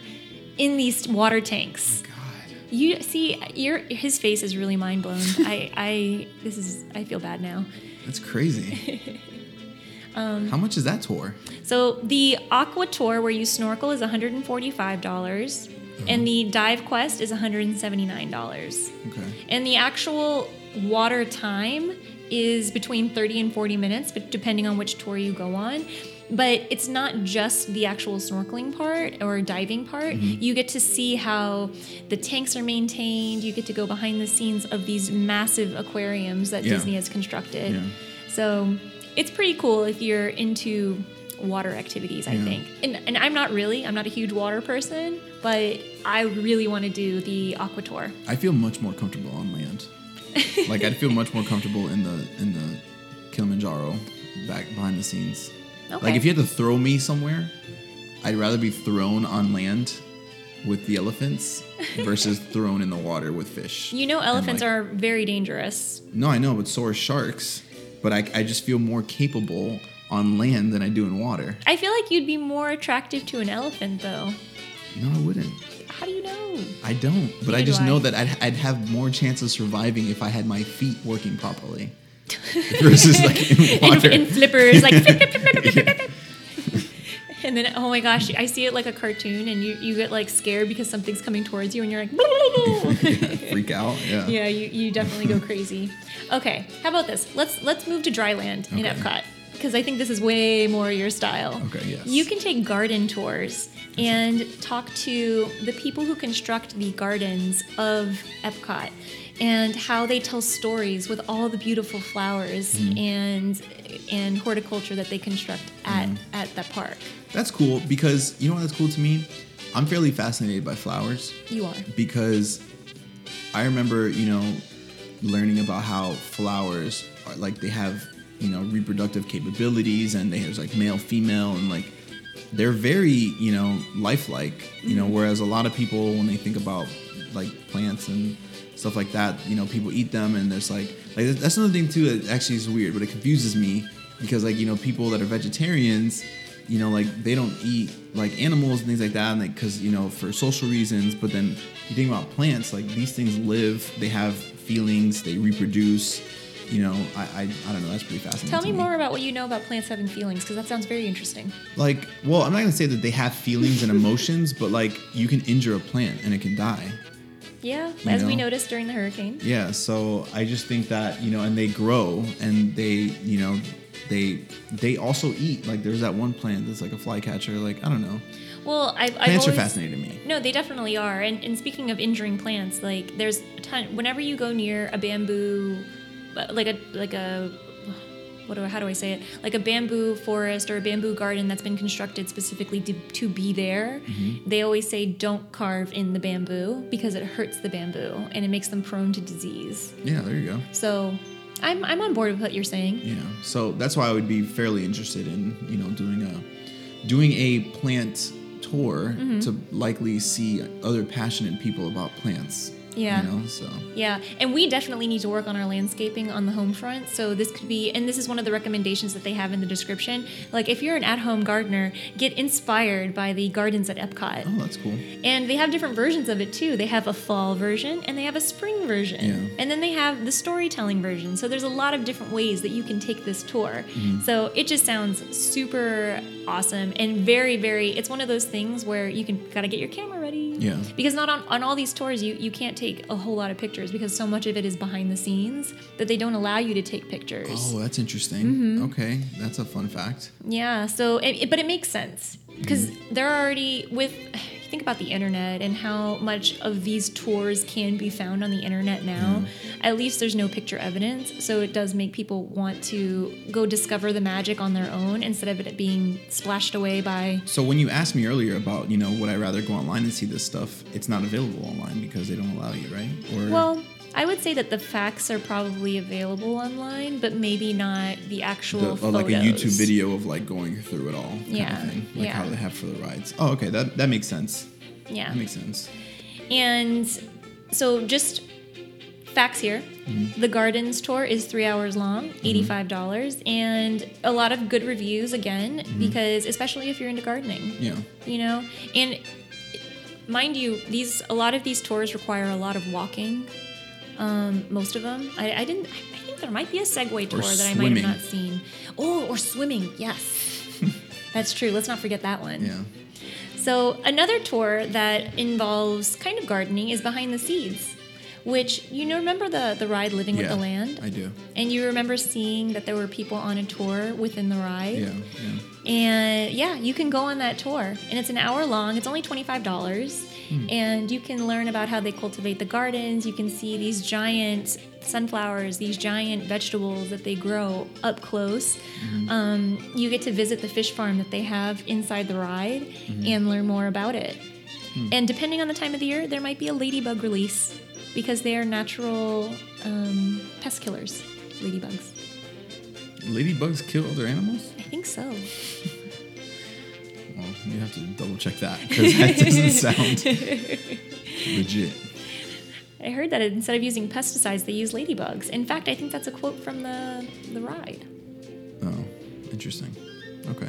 [SPEAKER 2] in these water tanks.
[SPEAKER 1] God.
[SPEAKER 2] You see, your his face is really mind blown. I I this is I feel bad now.
[SPEAKER 1] That's crazy.
[SPEAKER 2] Um,
[SPEAKER 1] How much is that tour?
[SPEAKER 2] So the aqua tour where you snorkel is $145 dollars and the dive quest is $179.
[SPEAKER 1] Okay.
[SPEAKER 2] And the actual water time is between 30 and 40 minutes, but depending on which tour you go on. But it's not just the actual snorkeling part or diving part.
[SPEAKER 1] Mm-hmm.
[SPEAKER 2] You get to see how the tanks are maintained. You get to go behind the scenes of these massive aquariums that
[SPEAKER 1] Yeah.
[SPEAKER 2] Disney has constructed.
[SPEAKER 1] Yeah.
[SPEAKER 2] So it's pretty cool if you're into water activities, I
[SPEAKER 1] Yeah.
[SPEAKER 2] think. And, and I'm not really, I'm not a huge water person, but I really want to do the aqua tour.
[SPEAKER 1] I feel much more comfortable on land. like I'd feel much more comfortable in the in the Kilimanjaro back behind the scenes. Like
[SPEAKER 2] Okay.
[SPEAKER 1] if you had to throw me somewhere, I'd rather be thrown on land with the elephants versus thrown in the water with fish.
[SPEAKER 2] You know,
[SPEAKER 1] And,
[SPEAKER 2] elephants
[SPEAKER 1] like-
[SPEAKER 2] are very dangerous.
[SPEAKER 1] No, I know, but so are sharks. But I, I just feel more capable on land than I do in water.
[SPEAKER 2] I feel like you'd be more attractive to an elephant, though.
[SPEAKER 1] No, I wouldn't.
[SPEAKER 2] How do you know?
[SPEAKER 1] I don't. But
[SPEAKER 2] Neither
[SPEAKER 1] I
[SPEAKER 2] do
[SPEAKER 1] just
[SPEAKER 2] I.
[SPEAKER 1] know that I'd, I'd have more chance of surviving if I had my feet working properly. Versus like in water.
[SPEAKER 2] In, in flippers, like. flip, flip, flip, flip, flip, flip, flip. And then, oh my gosh, I see it like a cartoon, and you, you get like scared because something's coming towards you, and you're like,
[SPEAKER 1] Freak out. Yeah.
[SPEAKER 2] yeah, you, you definitely go crazy. Okay, how about this? Let's let's move to dry land in
[SPEAKER 1] Okay.
[SPEAKER 2] Epcot because I think this is way more your style.
[SPEAKER 1] Okay, yes.
[SPEAKER 2] You can take garden tours and talk to the people who construct the gardens of Epcot and how they tell stories with all the beautiful flowers
[SPEAKER 1] Mm-hmm.
[SPEAKER 2] and and horticulture that they construct at
[SPEAKER 1] Mm-hmm.
[SPEAKER 2] at that park.
[SPEAKER 1] That's cool because you know what that's cool to me? I'm fairly fascinated by flowers.
[SPEAKER 2] You are.
[SPEAKER 1] because I remember, you know, learning about how flowers are like they have, you know, reproductive capabilities and they have like male, female, and like they're very, you know, lifelike, you know, whereas a lot of people when they think about like plants and stuff like that, you know, people eat them and there's like, like that's another thing too that actually is weird, but it confuses me because like, you know, people that are vegetarians, you know, like they don't eat like animals and things like that, and like because you know for social reasons. But then you think about plants, like these things live, they have feelings, they reproduce. You know, I I, I don't know. That's pretty fascinating.
[SPEAKER 2] Tell
[SPEAKER 1] to
[SPEAKER 2] me more about what you know about plants having feelings because that sounds very interesting.
[SPEAKER 1] Like, well, I'm not gonna say that they have feelings and emotions, but like you can injure a plant and it can die.
[SPEAKER 2] Yeah,
[SPEAKER 1] You
[SPEAKER 2] as we
[SPEAKER 1] know?
[SPEAKER 2] noticed during the hurricane.
[SPEAKER 1] Yeah, so I just think that, you know, and they grow and they, you know, they they also eat. Like there's that one plant that's like a flycatcher, like I don't know.
[SPEAKER 2] Well, I've, I've
[SPEAKER 1] Plants
[SPEAKER 2] always,
[SPEAKER 1] are fascinating to me.
[SPEAKER 2] No, they definitely are. And, and speaking of injuring plants, like there's a ton. Whenever you go near a bamboo, uh, like a like a what do I, how do I say it? Like a bamboo forest or a bamboo garden that's been constructed specifically to, to be there,
[SPEAKER 1] Mm-hmm.
[SPEAKER 2] they always say don't carve in the bamboo because it hurts the bamboo and it makes them prone to disease.
[SPEAKER 1] Yeah, there you go.
[SPEAKER 2] So, I'm I'm on board with what you're saying.
[SPEAKER 1] Yeah. So that's why I would be fairly interested in, you know, doing a doing a plant tour
[SPEAKER 2] Mm-hmm.
[SPEAKER 1] to likely see other passionate people about plants.
[SPEAKER 2] Yeah.
[SPEAKER 1] You know, so
[SPEAKER 2] Yeah, and we definitely need to work on our landscaping on the home front. So this could be, and this is one of the recommendations that they have in the description. Like if you're an at-home gardener, get inspired by the gardens at Epcot,
[SPEAKER 1] oh that's cool.
[SPEAKER 2] and they have different versions of it too. They have a fall version, and they have a spring version,
[SPEAKER 1] Yeah.
[SPEAKER 2] and then they have the storytelling version. So there's a lot of different ways that you can take this tour.
[SPEAKER 1] Mm-hmm.
[SPEAKER 2] So it just sounds super awesome and very, very. It's one of those things where you can gotta get your camera ready
[SPEAKER 1] Yeah.
[SPEAKER 2] because not on, on all these tours you, you can't take a whole lot of pictures because so much of it is behind the scenes that they don't allow you to take pictures
[SPEAKER 1] Oh, that's interesting.
[SPEAKER 2] Mm-hmm.
[SPEAKER 1] Okay. That's a fun fact.
[SPEAKER 2] yeah so it, it- but it makes sense because they're already with think about the internet and how much of these tours can be found on the internet now
[SPEAKER 1] Hmm.
[SPEAKER 2] at least there's no picture evidence so it does make people want to go discover the magic on their own instead of it being splashed away by
[SPEAKER 1] So when you asked me earlier about, you know, would I rather go online and see this stuff, it's not available online because they don't allow you, right? Or
[SPEAKER 2] Well, I would say that the facts are probably available online, but maybe not the actual
[SPEAKER 1] The- or like a
[SPEAKER 2] photos.
[SPEAKER 1] YouTube video of like going through it all. Kind
[SPEAKER 2] Yeah,
[SPEAKER 1] Of thing, like
[SPEAKER 2] yeah.
[SPEAKER 1] how they have for the rides. Oh, okay. That that makes sense.
[SPEAKER 2] Yeah.
[SPEAKER 1] That makes sense.
[SPEAKER 2] And so just facts here.
[SPEAKER 1] Mm-hmm.
[SPEAKER 2] The Gardens tour is three hours long, $85, dollars and a lot of good reviews again,
[SPEAKER 1] Mm-hmm.
[SPEAKER 2] because especially if you're into gardening,
[SPEAKER 1] Yeah.
[SPEAKER 2] you know? And mind you, these a lot of these tours require a lot of walking. Um, most of them. I, I didn't I think there might be a Segway tour that I might
[SPEAKER 1] swimming.
[SPEAKER 2] have not seen. Oh, or swimming, yes. That's true. Let's not forget that one.
[SPEAKER 1] Yeah.
[SPEAKER 2] So, another tour that involves kind of gardening is Behind the Seeds, which you know, remember the, the ride Living with
[SPEAKER 1] yeah.
[SPEAKER 2] the Land?
[SPEAKER 1] I do.
[SPEAKER 2] and you remember seeing that there were people on a tour within the ride?
[SPEAKER 1] Yeah. Yeah.
[SPEAKER 2] And yeah, you can go on that tour. And it's an hour long, it's only $25. And you can learn about how they cultivate the gardens. You can see these giant sunflowers, these giant vegetables that they grow up close. Um, you get to visit the fish farm that they have inside the ride and learn more about it. And depending on the time of the year, there might be a ladybug release because they are natural um, pest killers, ladybugs.
[SPEAKER 1] Ladybugs kill other animals?
[SPEAKER 2] I think so.
[SPEAKER 1] Well, you have to double check that because that doesn't sound legit.
[SPEAKER 2] I heard that instead of using pesticides, they use ladybugs. In fact, I think that's a quote from the, the ride.
[SPEAKER 1] Oh, interesting. Okay.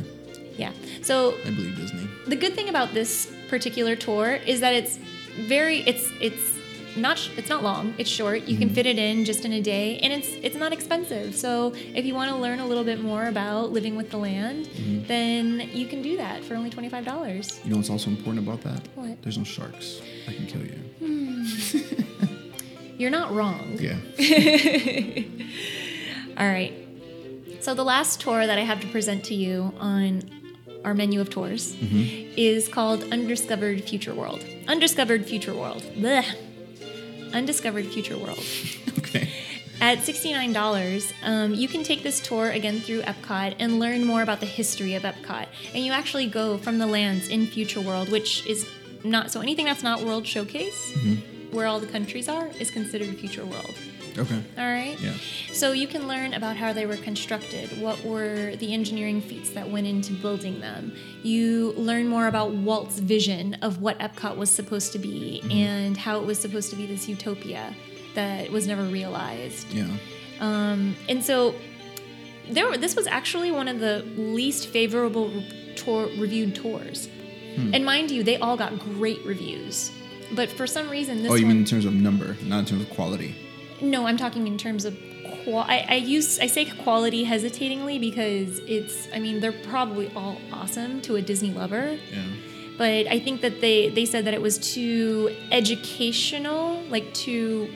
[SPEAKER 2] Yeah. So
[SPEAKER 1] I believe Disney.
[SPEAKER 2] the good thing about this particular tour is that it's very it's it's not sh- it's not long. It's short. You can fit it in just in a day, and it's it's not expensive. So if you want to learn a little bit more about living with the land, then you can do that for only twenty five dollars.
[SPEAKER 1] You know what's also important about that?
[SPEAKER 2] What? Hmm.
[SPEAKER 1] There's no sharks. I can kill you.
[SPEAKER 2] You're not wrong.
[SPEAKER 1] Yeah.
[SPEAKER 2] All right. So the last tour that I have to present to you on our menu of tours is called Undiscovered Future World. Undiscovered Future World. Blech. Undiscovered Future World.
[SPEAKER 1] okay.
[SPEAKER 2] At $69, um, you can take this tour again through Epcot and learn more about the history of Epcot. And you actually go from the lands in Future World, which is not so anything that's not World Showcase, where all the countries are, is considered Future World.
[SPEAKER 1] Okay.
[SPEAKER 2] All right?
[SPEAKER 1] Yeah.
[SPEAKER 2] So you can learn about how they were constructed, what were the engineering feats that went into building them. You learn more about Walt's vision of what Epcot was supposed to be
[SPEAKER 1] Mm-hmm.
[SPEAKER 2] and how it was supposed to be this utopia that was never realized.
[SPEAKER 1] Yeah.
[SPEAKER 2] Um, and so there were, this was actually one of the least favorable re- tour, reviewed tours.
[SPEAKER 1] Hmm.
[SPEAKER 2] And mind you, they all got great reviews. But for some reason, this
[SPEAKER 1] oh, you
[SPEAKER 2] one,
[SPEAKER 1] mean in terms of number, not in terms of quality.
[SPEAKER 2] no, I'm talking in terms of. Qual- I, I use I say quality hesitatingly because it's. I mean, they're probably all awesome to a Disney lover,
[SPEAKER 1] Yeah.
[SPEAKER 2] but I think that they they said that it was too educational, like too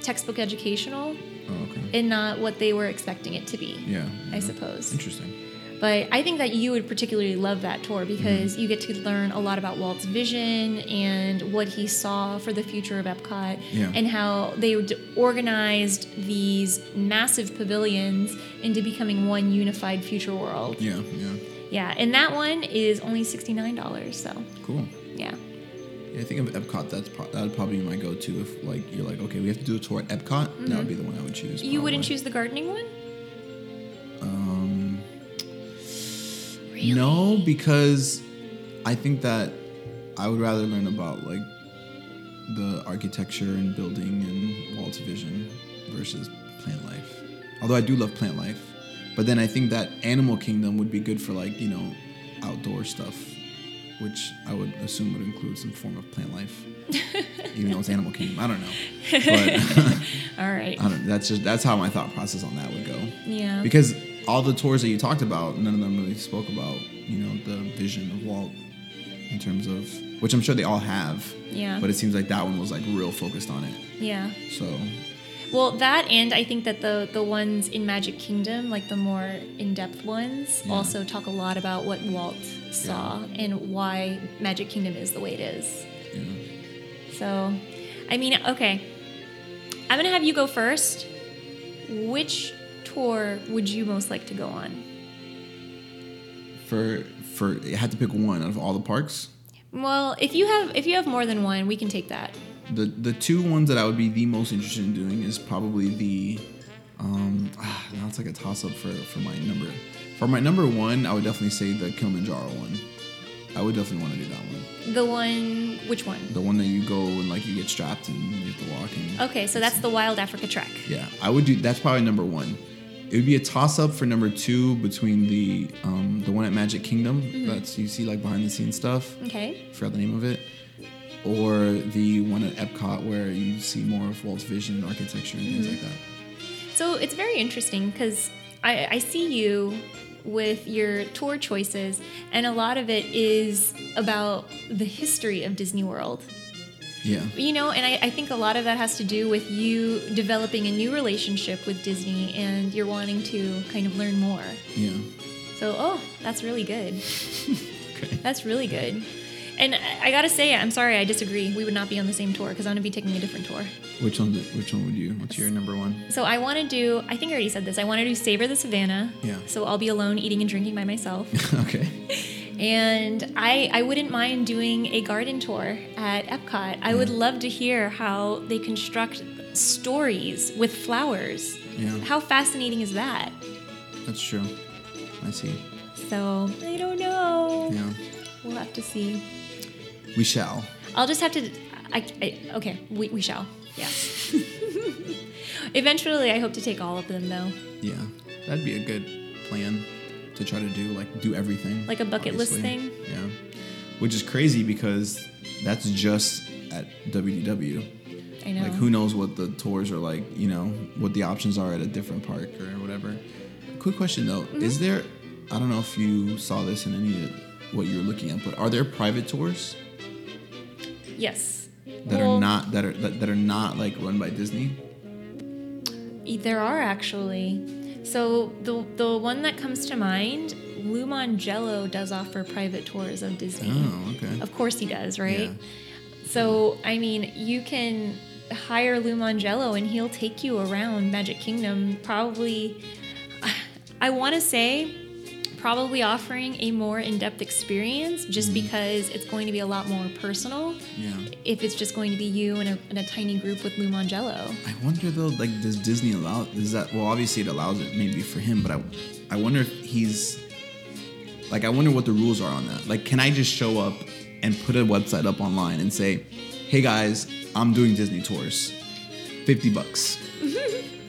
[SPEAKER 2] textbook educational,
[SPEAKER 1] Oh, okay.
[SPEAKER 2] and not what they were expecting it to be.
[SPEAKER 1] Yeah.
[SPEAKER 2] I
[SPEAKER 1] yeah.
[SPEAKER 2] suppose.
[SPEAKER 1] Interesting.
[SPEAKER 2] But I think that you would particularly love that tour because you get to learn a lot about Walt's vision and what he saw for the future of Epcot
[SPEAKER 1] Yeah.
[SPEAKER 2] and how they d- organized these massive pavilions into becoming one unified future world.
[SPEAKER 1] Yeah. Yeah.
[SPEAKER 2] Yeah, and that one is only $69, so
[SPEAKER 1] Cool.
[SPEAKER 2] yeah.
[SPEAKER 1] Yeah, I think of Epcot. That's pro- that'd probably be my go-to if like you're like, okay, we have to do a tour at Epcot. That would be the one I would choose.
[SPEAKER 2] You wouldn't
[SPEAKER 1] probably.
[SPEAKER 2] choose the gardening one?
[SPEAKER 1] Um, No, because I think that I would rather learn about like the architecture and building and Walt's vision versus plant life. Although I do love plant life, but then I think that Animal Kingdom would be good for like you know outdoor stuff, which I would assume would include some form of plant life. Even though it's Animal Kingdom, I don't know. But
[SPEAKER 2] All right.
[SPEAKER 1] I don't. That's just that's how my thought process on that would go.
[SPEAKER 2] Yeah.
[SPEAKER 1] Because all the tours that you talked about, none of them really spoke about you know the vision of Walt in terms of which I'm sure they all have.
[SPEAKER 2] Yeah.
[SPEAKER 1] But it seems like that one was like real focused on it.
[SPEAKER 2] yeah.
[SPEAKER 1] So
[SPEAKER 2] Well, that and I think that the the ones in Magic Kingdom, like the more in depth ones,
[SPEAKER 1] Yeah.
[SPEAKER 2] also talk a lot about what Walt saw and why Magic Kingdom is the way it is.
[SPEAKER 1] yeah.
[SPEAKER 2] So, I mean, okay, I'm gonna have you go first. Which tour would you most like to go on?
[SPEAKER 1] for for it had to pick one out of all the parks.
[SPEAKER 2] Well, if you have if you have more than one, we can take that.
[SPEAKER 1] the the two ones that I would be the most interested in doing is probably the um ah, now it's like a toss up for for my number for my number one I would definitely say the Kilimanjaro one I would definitely want to do that one
[SPEAKER 2] The one, which one?
[SPEAKER 1] the one that you go and like you get strapped and you have to walk and
[SPEAKER 2] Okay, so that's the Wild Africa Trek.
[SPEAKER 1] yeah I would do that's probably number one it would be a toss up for number two between the um the one at Magic Kingdom
[SPEAKER 2] Mm-hmm.
[SPEAKER 1] that's you see like behind the scenes stuff
[SPEAKER 2] Okay.
[SPEAKER 1] forgot the name of it, or the one at Epcot where you see more of Walt's vision and architecture and things like
[SPEAKER 2] Mm-hmm.
[SPEAKER 1] that.
[SPEAKER 2] So it's very interesting because I, I see you with your tour choices, and a lot of it is about the history of Disney World.
[SPEAKER 1] Yeah.
[SPEAKER 2] You know, and I, I think a lot of that has to do with you developing a new relationship with Disney and you're wanting to kind of learn more.
[SPEAKER 1] Yeah.
[SPEAKER 2] So, oh, that's really good.
[SPEAKER 1] Okay.
[SPEAKER 2] That's really good. And I- I gotta say, I'm sorry, I disagree. We would not be on the same tour because I'm gonna be taking a different tour.
[SPEAKER 1] Which one? Which one would you? What's your number one?
[SPEAKER 2] So I want to do. I think I already said this. I want to do Savor the Savannah.
[SPEAKER 1] Yeah.
[SPEAKER 2] So I'll be alone eating and drinking by myself.
[SPEAKER 1] okay.
[SPEAKER 2] and I I wouldn't mind doing a garden tour at Epcot. I would love to hear how they construct stories with flowers.
[SPEAKER 1] Yeah.
[SPEAKER 2] How fascinating is that?
[SPEAKER 1] That's true. I see.
[SPEAKER 2] So I don't know.
[SPEAKER 1] Yeah.
[SPEAKER 2] We'll have to see.
[SPEAKER 1] We shall.
[SPEAKER 2] I'll just have to. I, I okay. We we shall. Yeah. Eventually, I hope to take all of them though.
[SPEAKER 1] Yeah. That'd be a good plan to try to do. Like do everything.
[SPEAKER 2] Like a bucket list
[SPEAKER 1] obviously. Yeah. Which is crazy because that's just at WDW.
[SPEAKER 2] I know.
[SPEAKER 1] Like who knows what the tours are like, you know, what the options are at a different park or whatever. Quick question though,
[SPEAKER 2] Mm-hmm.
[SPEAKER 1] is there I don't know if you saw this in any of what you were looking at, but are there private tours
[SPEAKER 2] Yes.
[SPEAKER 1] that are not that are that, that are not like run by Disney?
[SPEAKER 2] E, There are actually. So the the one that comes to mind, Lumon Jello does offer private tours of Disney.
[SPEAKER 1] Oh, okay.
[SPEAKER 2] Of course he does, right?
[SPEAKER 1] Yeah.
[SPEAKER 2] So I mean, you can hire Lumon Jello and he'll take you around Magic Kingdom. Probably, I want to say. Probably offering a more in depth experience just
[SPEAKER 1] Mm-hmm.
[SPEAKER 2] because it's going to be a lot more personal
[SPEAKER 1] Yeah.
[SPEAKER 2] if it's just going to be you and a, and a tiny group with Lumon Jello.
[SPEAKER 1] I wonder though, like does Disney allow is that well obviously it allows it maybe for him, but I I wonder if he's like I wonder what the rules are on that. Like can I just show up and put a website up online and say, "Hey guys, I'm doing Disney tours. 50 bucks."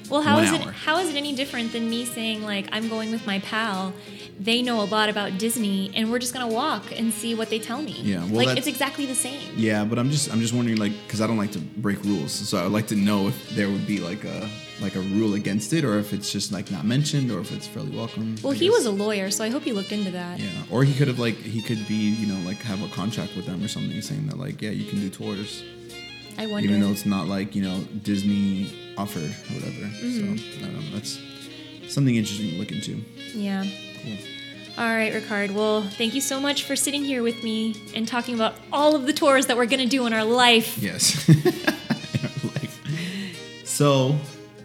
[SPEAKER 2] Well, how
[SPEAKER 1] One
[SPEAKER 2] is it?
[SPEAKER 1] hour.
[SPEAKER 2] How is it any different than me saying like I'm going with my pal? They know a lot about Disney, and we're just gonna walk and see what they tell me.
[SPEAKER 1] Yeah, well,
[SPEAKER 2] like
[SPEAKER 1] that's-
[SPEAKER 2] it's exactly the same.
[SPEAKER 1] Yeah, but I'm just I'm just wondering like cuz I don't like to break rules. So I would like to know if there would be like a like a rule against it or if it's just like not mentioned or if it's fairly welcome.
[SPEAKER 2] Well,
[SPEAKER 1] I
[SPEAKER 2] he
[SPEAKER 1] guess.
[SPEAKER 2] was a lawyer, so I hope he looked into that.
[SPEAKER 1] Yeah, or he could have like he could be you know like have a contract with them or something saying that like yeah you can do tours
[SPEAKER 2] I wonder.
[SPEAKER 1] even though it's not like you know Disney offered or whatever. So I don't know, that's something interesting to look into.
[SPEAKER 2] yeah.
[SPEAKER 1] Cool.
[SPEAKER 2] All right, Ricard. Well, thank you so much for sitting here with me and talking about all of the tours that we're gonna do in our life.
[SPEAKER 1] Yes. In our life. So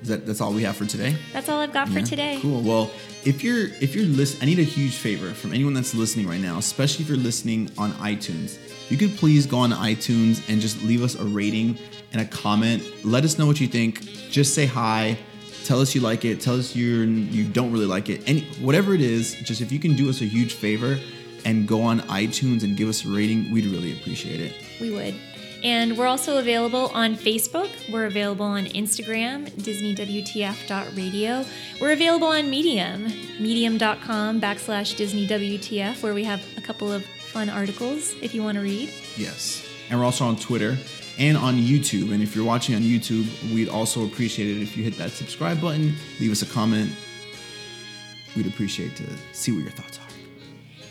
[SPEAKER 1] is that that's all we have for today.
[SPEAKER 2] That's all I've got for
[SPEAKER 1] Yeah,
[SPEAKER 2] today.
[SPEAKER 1] Cool. Well, if you're if you're list, I need a huge favor from anyone that's listening right now, especially if you're listening on iTunes. You could please go on iTunes and just leave us a rating and a comment. Let us know what you think. Just say hi. Tell us you like it. Tell us you you don't really like it. And whatever it is, just if you can do us a huge favor and go on iTunes and give us a rating, we'd really appreciate it.
[SPEAKER 2] We would. And we're also available on Facebook. We're available on Instagram, DisneyWTF.radio. We're available on Medium, medium.com backslash DisneyWTF, where we have a couple of fun articles if you want to read.
[SPEAKER 1] Yes. And we're also on Twitter and on YouTube. And if you're watching on YouTube, we'd also appreciate it if you hit that subscribe button, leave us a comment. We'd appreciate to see what your thoughts are.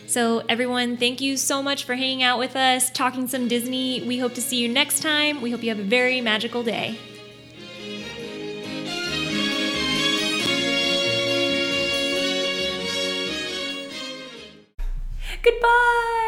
[SPEAKER 2] So, everyone, thank you so much for hanging out with us, talking some Disney. We hope to see you next time. We hope you have a very magical day. Goodbye.